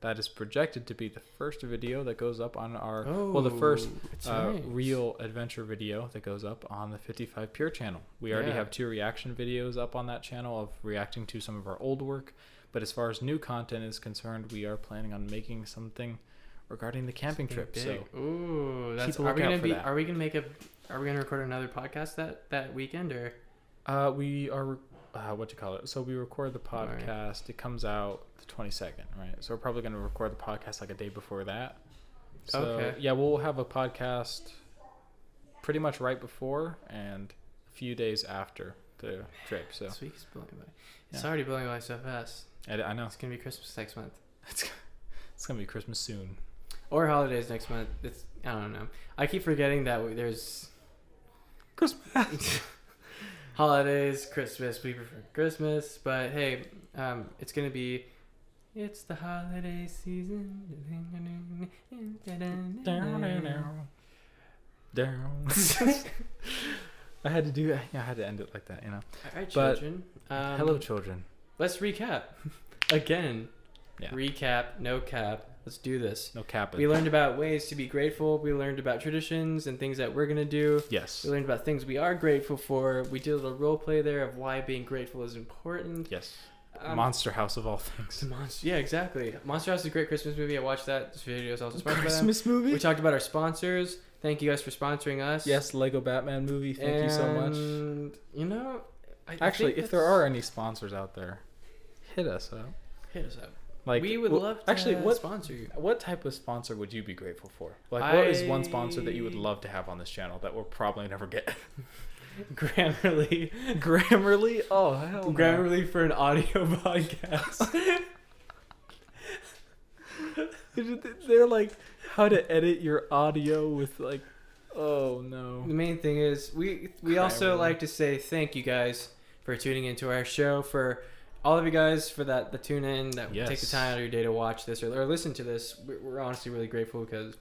Speaker 2: that is projected to be the first video that goes up on our well, the first
Speaker 1: Oh, that's
Speaker 2: uh,
Speaker 1: nice.
Speaker 2: real adventure video that goes up on the 55 Pure channel. We already
Speaker 1: Yeah.
Speaker 2: have two reaction videos up on that channel of reacting to some of our old work, but as far as new content is concerned, we are planning on making something regarding the camping trip. So
Speaker 1: Big. Ooh, that's
Speaker 2: keep a
Speaker 1: are we
Speaker 2: lookout
Speaker 1: gonna
Speaker 2: for
Speaker 1: be?
Speaker 2: that.
Speaker 1: Are we gonna make a? Are we gonna record another podcast that that weekend or?
Speaker 2: Uh, we are uh, what you call it. So we record the
Speaker 1: All right.
Speaker 2: podcast. It comes out the twenty second, right? So we're probably going to record the podcast like a day before that. So
Speaker 1: Okay.
Speaker 2: yeah, we'll have a podcast pretty much right before and a few days after the trip. So
Speaker 1: This week is blowing by. It's
Speaker 2: Yeah.
Speaker 1: already blowing by so fast.
Speaker 2: I, I know
Speaker 1: It's gonna be Christmas next month
Speaker 2: it's it's gonna be Christmas soon.
Speaker 1: or holidays next month. It's I don't know. I keep forgetting that we- there's Christmas, holidays, Christmas. We prefer Christmas, but hey, um, it's gonna be. It's the holiday season.
Speaker 2: Down, down. I had to do. Yeah, I had to end it like that, you know.
Speaker 1: All right,
Speaker 2: But-
Speaker 1: children. um,
Speaker 2: Hello, children.
Speaker 1: Let's recap again.
Speaker 2: Yeah.
Speaker 1: Recap, no cap. Let's do this.
Speaker 2: No cap. it.
Speaker 1: We learned about ways to be grateful. We learned about traditions and things that we're gonna do.
Speaker 2: Yes.
Speaker 1: We learned about things we are grateful for. We did a little role play there of why being grateful is important.
Speaker 2: Yes.
Speaker 1: Um,
Speaker 2: Monster House of all things.
Speaker 1: Monster. Yeah, exactly. Monster House is a great Christmas movie. I watched that. This video is also sponsored by them.
Speaker 2: movie?
Speaker 1: We talked about our sponsors. Thank you guys for sponsoring us.
Speaker 2: yes, Lego Batman movie. Thank you so much.
Speaker 1: And, You know, I, I
Speaker 2: Actually,
Speaker 1: think
Speaker 2: if there
Speaker 1: that's-
Speaker 2: are any sponsors out there, hit us up.
Speaker 1: hit us up.
Speaker 2: Like
Speaker 1: we would
Speaker 2: wh-
Speaker 1: love to
Speaker 2: actually what
Speaker 1: sponsor you.
Speaker 2: what type of sponsor would you be grateful for? Like, what is one sponsor that you would
Speaker 1: I-
Speaker 2: love to have on this channel that we'll probably never get?
Speaker 1: Grammarly.
Speaker 2: Grammarly. Oh hell. no.
Speaker 1: Grammarly for an audio podcast.
Speaker 2: They're like how to edit your audio with like. Oh
Speaker 1: the
Speaker 2: no.
Speaker 1: main thing is we we also
Speaker 2: Grammarly.
Speaker 1: like to say thank you guys for tuning into our show for all of you guys for that the tune in that take the
Speaker 2: Yes.
Speaker 1: time out of your day to watch this or, or listen to this. We're, we're honestly really grateful because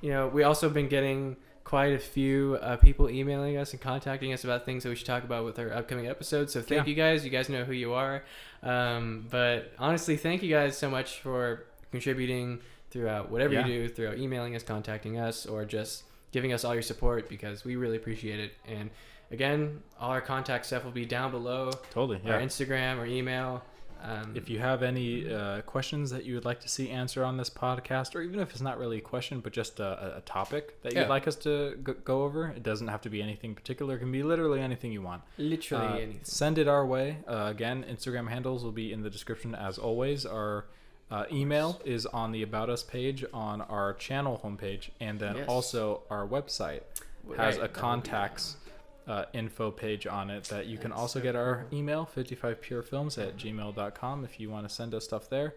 Speaker 1: you know we also been getting quite a few uh, people emailing us and contacting us about things that we should talk about with our upcoming episodes. So thank
Speaker 2: Yeah.
Speaker 1: you guys. You guys know who you are. Um, but honestly, thank you guys so much for contributing throughout whatever
Speaker 2: Yeah.
Speaker 1: you do, throughout emailing us, contacting us, or just giving us all your support because we really appreciate it. And again, all our contact stuff will be down below
Speaker 2: Totally.
Speaker 1: our Instagram or email. Um,
Speaker 2: If you have any uh, questions that you would like to see answered on this podcast, or even if it's not really a question, but just a, a- a topic that you'd
Speaker 1: Yeah.
Speaker 2: like us to g- go over, it doesn't have to be anything particular. It can be literally anything you want.
Speaker 1: literally
Speaker 2: Uh,
Speaker 1: anything.
Speaker 2: Send it our way. Uh, again, Instagram handles will be in the description as always. Our uh, email is on the About Us page on our channel homepage, and then
Speaker 1: Yes.
Speaker 2: also our website
Speaker 1: Right,
Speaker 2: has a
Speaker 1: that would be-
Speaker 2: contacts uh, info page on it that you can
Speaker 1: That's
Speaker 2: also
Speaker 1: so
Speaker 2: get our email 55purefilms at gmail.com if you want to send us stuff there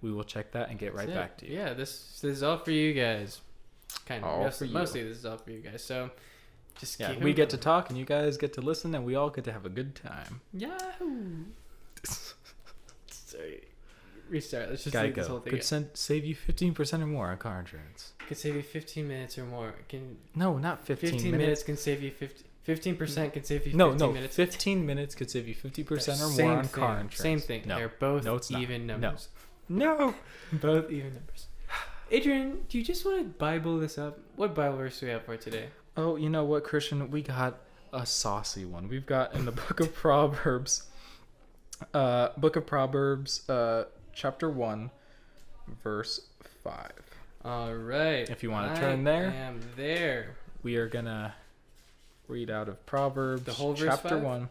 Speaker 2: we will check that and get right
Speaker 1: That's it.
Speaker 2: back to you
Speaker 1: Yeah, this this is all for you guys. Kind of
Speaker 2: All
Speaker 1: most-
Speaker 2: for you.
Speaker 1: mostly this is all for you guys. So just
Speaker 2: yeah
Speaker 1: keep
Speaker 2: we
Speaker 1: it
Speaker 2: get to
Speaker 1: coming.
Speaker 2: talk and you guys get to listen and we all get to have a good time
Speaker 1: Yahoo! Sorry. Restart. Let's just
Speaker 2: gotta
Speaker 1: leave this whole
Speaker 2: go
Speaker 1: thing.
Speaker 2: could
Speaker 1: Could,
Speaker 2: send, save you 15% or more on car insurance
Speaker 1: could save you 15 minutes or more. Can
Speaker 2: no not
Speaker 1: 15,
Speaker 2: 15,
Speaker 1: minutes.
Speaker 2: minutes
Speaker 1: can save you 50, 15% can save you 15
Speaker 2: no no
Speaker 1: minutes.
Speaker 2: 15 minutes could save you 50% or more
Speaker 1: Same
Speaker 2: on
Speaker 1: thing.
Speaker 2: car insurance
Speaker 1: Same thing.
Speaker 2: no
Speaker 1: They're both
Speaker 2: No, it's not.
Speaker 1: even
Speaker 2: No.
Speaker 1: numbers.
Speaker 2: no
Speaker 1: Both even numbers. Adrian, do you just want to Bible this up? What Bible verse do we have for today?
Speaker 2: Oh, you know what, Christian? We got a saucy one. We've got in the book of Proverbs, uh, book of Proverbs, uh, chapter one, verse five.
Speaker 1: All right.
Speaker 2: If you wanna
Speaker 1: I
Speaker 2: turn there.
Speaker 1: am there.
Speaker 2: We are gonna read out of Proverbs,
Speaker 1: The whole verse
Speaker 2: chapter
Speaker 1: five?
Speaker 2: one.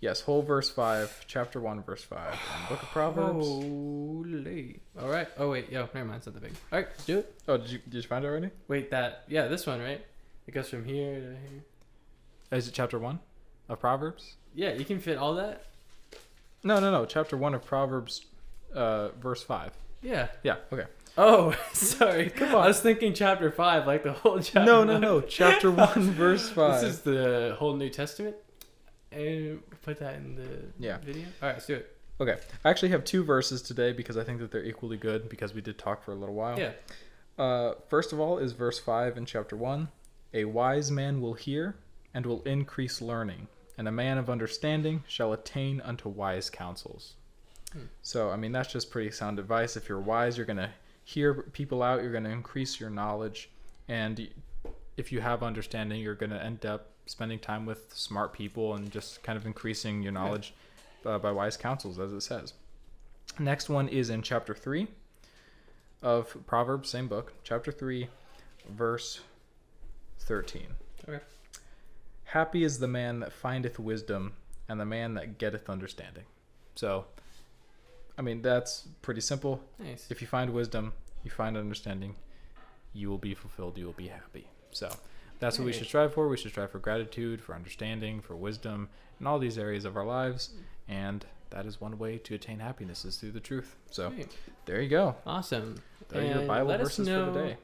Speaker 2: Yes, whole verse five, chapter one, verse five, and book of Proverbs. Oh,
Speaker 1: Holy. All right. Oh, wait. Yo, never mind. It's not that big. All right. Let's do it.
Speaker 2: Oh, did you did you find it already?
Speaker 1: Wait, that yeah, this one, right? It goes from here to here.
Speaker 2: Is it chapter one of Proverbs?
Speaker 1: Yeah, you can fit all that.
Speaker 2: No, no, no. Chapter one of Proverbs, uh, verse five.
Speaker 1: Yeah.
Speaker 2: Yeah. Okay.
Speaker 1: Oh, sorry.
Speaker 2: Come on.
Speaker 1: I was thinking chapter five, like the whole chapter.
Speaker 2: No, no, no. Chapter one, verse five.
Speaker 1: This is the whole New Testament. And Eh, put that in the
Speaker 2: Yeah.
Speaker 1: video. All right, let's do it.
Speaker 2: Okay, I actually have two verses today because I think that they're equally good because we did talk for a little while.
Speaker 1: Yeah.
Speaker 2: Uh, first of all is verse 5 in chapter 1. A wise man will hear and will increase learning. and a man of understanding shall attain unto wise counsels. So, I mean, that's just pretty sound advice. If you're wise, you're going to hear people out, you're going to increase your knowledge, and y- if you have understanding, you're going to end up spending time with smart people and just kind of increasing your knowledge uh, by wise counsels, as it says. Next one is in chapter 3 of Proverbs, same book, chapter 3, verse 13.
Speaker 1: Okay.
Speaker 2: Happy is the man that findeth wisdom and the man that getteth understanding. So, I mean, that's pretty simple.
Speaker 1: Nice.
Speaker 2: If you find wisdom, you find understanding, you will be fulfilled, you will be happy. So, that's what we should
Speaker 1: Right.
Speaker 2: strive for. We should strive for gratitude, for understanding, for wisdom in all these areas of our lives. And that is one way to attain happiness is through the truth. So,
Speaker 1: Great.
Speaker 2: there you go.
Speaker 1: Awesome.
Speaker 2: There are your
Speaker 1: And
Speaker 2: Bible
Speaker 1: let us
Speaker 2: verses for the
Speaker 1: know-
Speaker 2: day.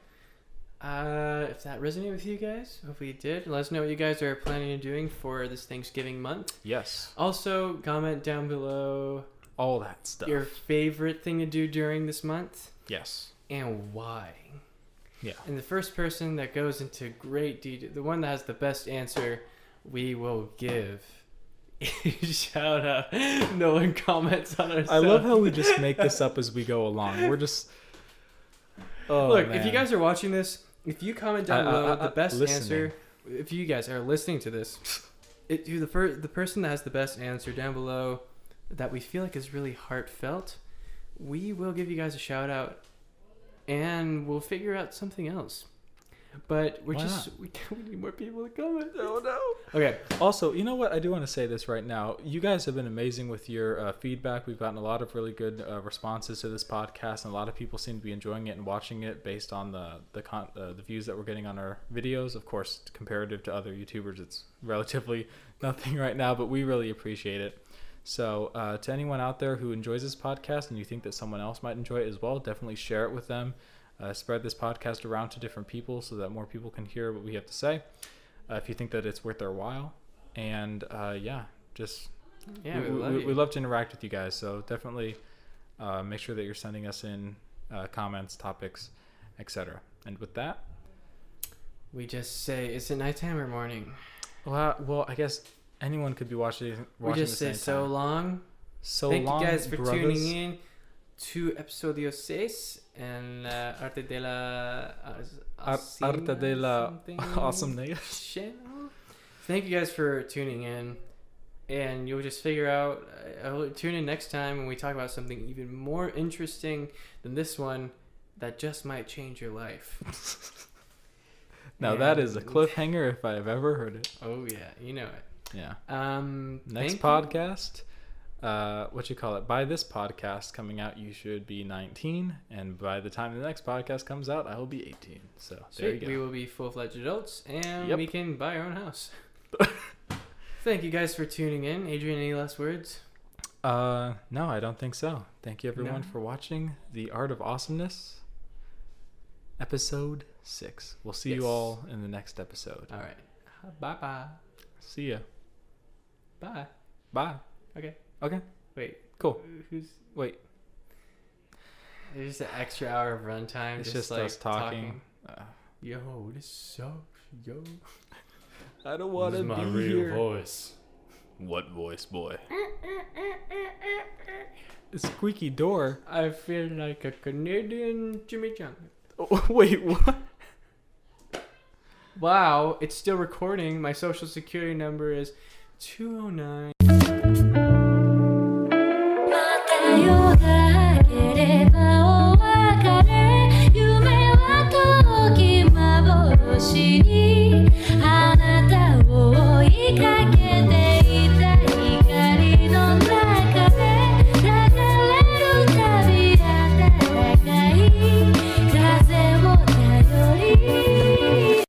Speaker 1: Uh, if that resonated with you guys, hopefully it did. Let us know what you guys are planning on doing for this Thanksgiving month.
Speaker 2: Yes.
Speaker 1: Also, comment down below
Speaker 2: All that stuff.
Speaker 1: your favorite thing to do during this month
Speaker 2: Yes.
Speaker 1: and why.
Speaker 2: Yeah.
Speaker 1: And the first person that goes into great detail, the one that has the best answer, we will give. Shout out. No one comments on ourselves.
Speaker 2: I love how we just make this up as we go along. We're just. Oh,
Speaker 1: Look, if
Speaker 2: man.
Speaker 1: you guys are watching this, if you comment down
Speaker 2: I- I-
Speaker 1: below
Speaker 2: I- I-
Speaker 1: the best
Speaker 2: listening.
Speaker 1: answer, if you guys are listening to this, it, you, the fir- the person that has the best answer down below that we feel like is really heartfelt, we will give you guys a shout out, and we'll figure out something else. But we're
Speaker 2: Why
Speaker 1: just we, we need more people to comment.
Speaker 2: Oh no.
Speaker 1: Okay,
Speaker 2: Also, you know what? I do want to say this right now. You guys have been amazing with your uh, feedback. We've gotten a lot of really good uh, responses to this podcast, and a lot of people seem to be enjoying it and watching it based on the the con- uh, the views that we're getting on our videos. Of course, comparative to other YouTubers, it's relatively nothing right now, but we really appreciate it. So, uh, to anyone out there who enjoys this podcast and you think that someone else might enjoy it as well, definitely share it with them. Uh, spread this podcast around to different people so that more people can hear what we have to say. Uh, if you think that it's worth their while, and uh, yeah, just
Speaker 1: yeah, we,
Speaker 2: we,
Speaker 1: love
Speaker 2: we,
Speaker 1: you.
Speaker 2: we love to interact with you guys. So definitely uh, make sure that you're sending us in uh, comments, topics, etc. And with that,
Speaker 1: we just say, is it nighttime or morning? uh,
Speaker 2: well, I- well, I guess anyone could be watching.
Speaker 1: We
Speaker 2: watching
Speaker 1: just
Speaker 2: this
Speaker 1: say so
Speaker 2: anytime.
Speaker 1: long.
Speaker 2: so
Speaker 1: Thank
Speaker 2: long,
Speaker 1: you guys for
Speaker 2: brothers.
Speaker 1: tuning in to episodio 6 and uh, Arte de la As-
Speaker 2: Ar- Arte de la
Speaker 1: something
Speaker 2: awesome nigga.
Speaker 1: channel. Thank you guys for tuning in. And you'll just figure out. Uh, I'll tune in next time when we talk about something even more interesting than this one that just might change your life.
Speaker 2: Now that is a
Speaker 1: And-
Speaker 2: cliffhanger if I have ever heard it.
Speaker 1: Oh, yeah. You know it.
Speaker 2: Yeah.
Speaker 1: Um,
Speaker 2: Next
Speaker 1: thank you.
Speaker 2: podcast, uh, what you call it? By this podcast coming out, you should be 19, and by the time the next podcast comes out, I will be 18. So there
Speaker 1: Sweet.
Speaker 2: you go.
Speaker 1: We will be full fledged adults and
Speaker 2: Yep.
Speaker 1: we can buy our own house. Thank you guys for tuning in. Adrian, any last words?
Speaker 2: Uh, no, I don't think so. Thank you everyone
Speaker 1: No?
Speaker 2: for watching The Art of Awesomeness, episode six. We'll see
Speaker 1: Yes.
Speaker 2: you all in the next episode.
Speaker 1: All right. Bye bye.
Speaker 2: See ya.
Speaker 1: Bye.
Speaker 2: Bye.
Speaker 1: Okay.
Speaker 2: Okay.
Speaker 1: Wait.
Speaker 2: Cool.
Speaker 1: Who's.
Speaker 2: Wait.
Speaker 1: There's just an extra hour of runtime.
Speaker 2: it's
Speaker 1: just,
Speaker 2: just
Speaker 1: like,
Speaker 2: us talking.
Speaker 1: Yo, this sucks. Yo.
Speaker 2: Uh, I don't
Speaker 1: What
Speaker 2: want
Speaker 1: is
Speaker 2: to
Speaker 1: my
Speaker 2: be
Speaker 1: real
Speaker 2: here.
Speaker 1: voice?
Speaker 2: What voice, boy? Squeaky door.
Speaker 1: I feel like a Canadian Jimmy John.
Speaker 2: Oh, wait, what?
Speaker 1: Wow, it's still recording. My social security number is 209.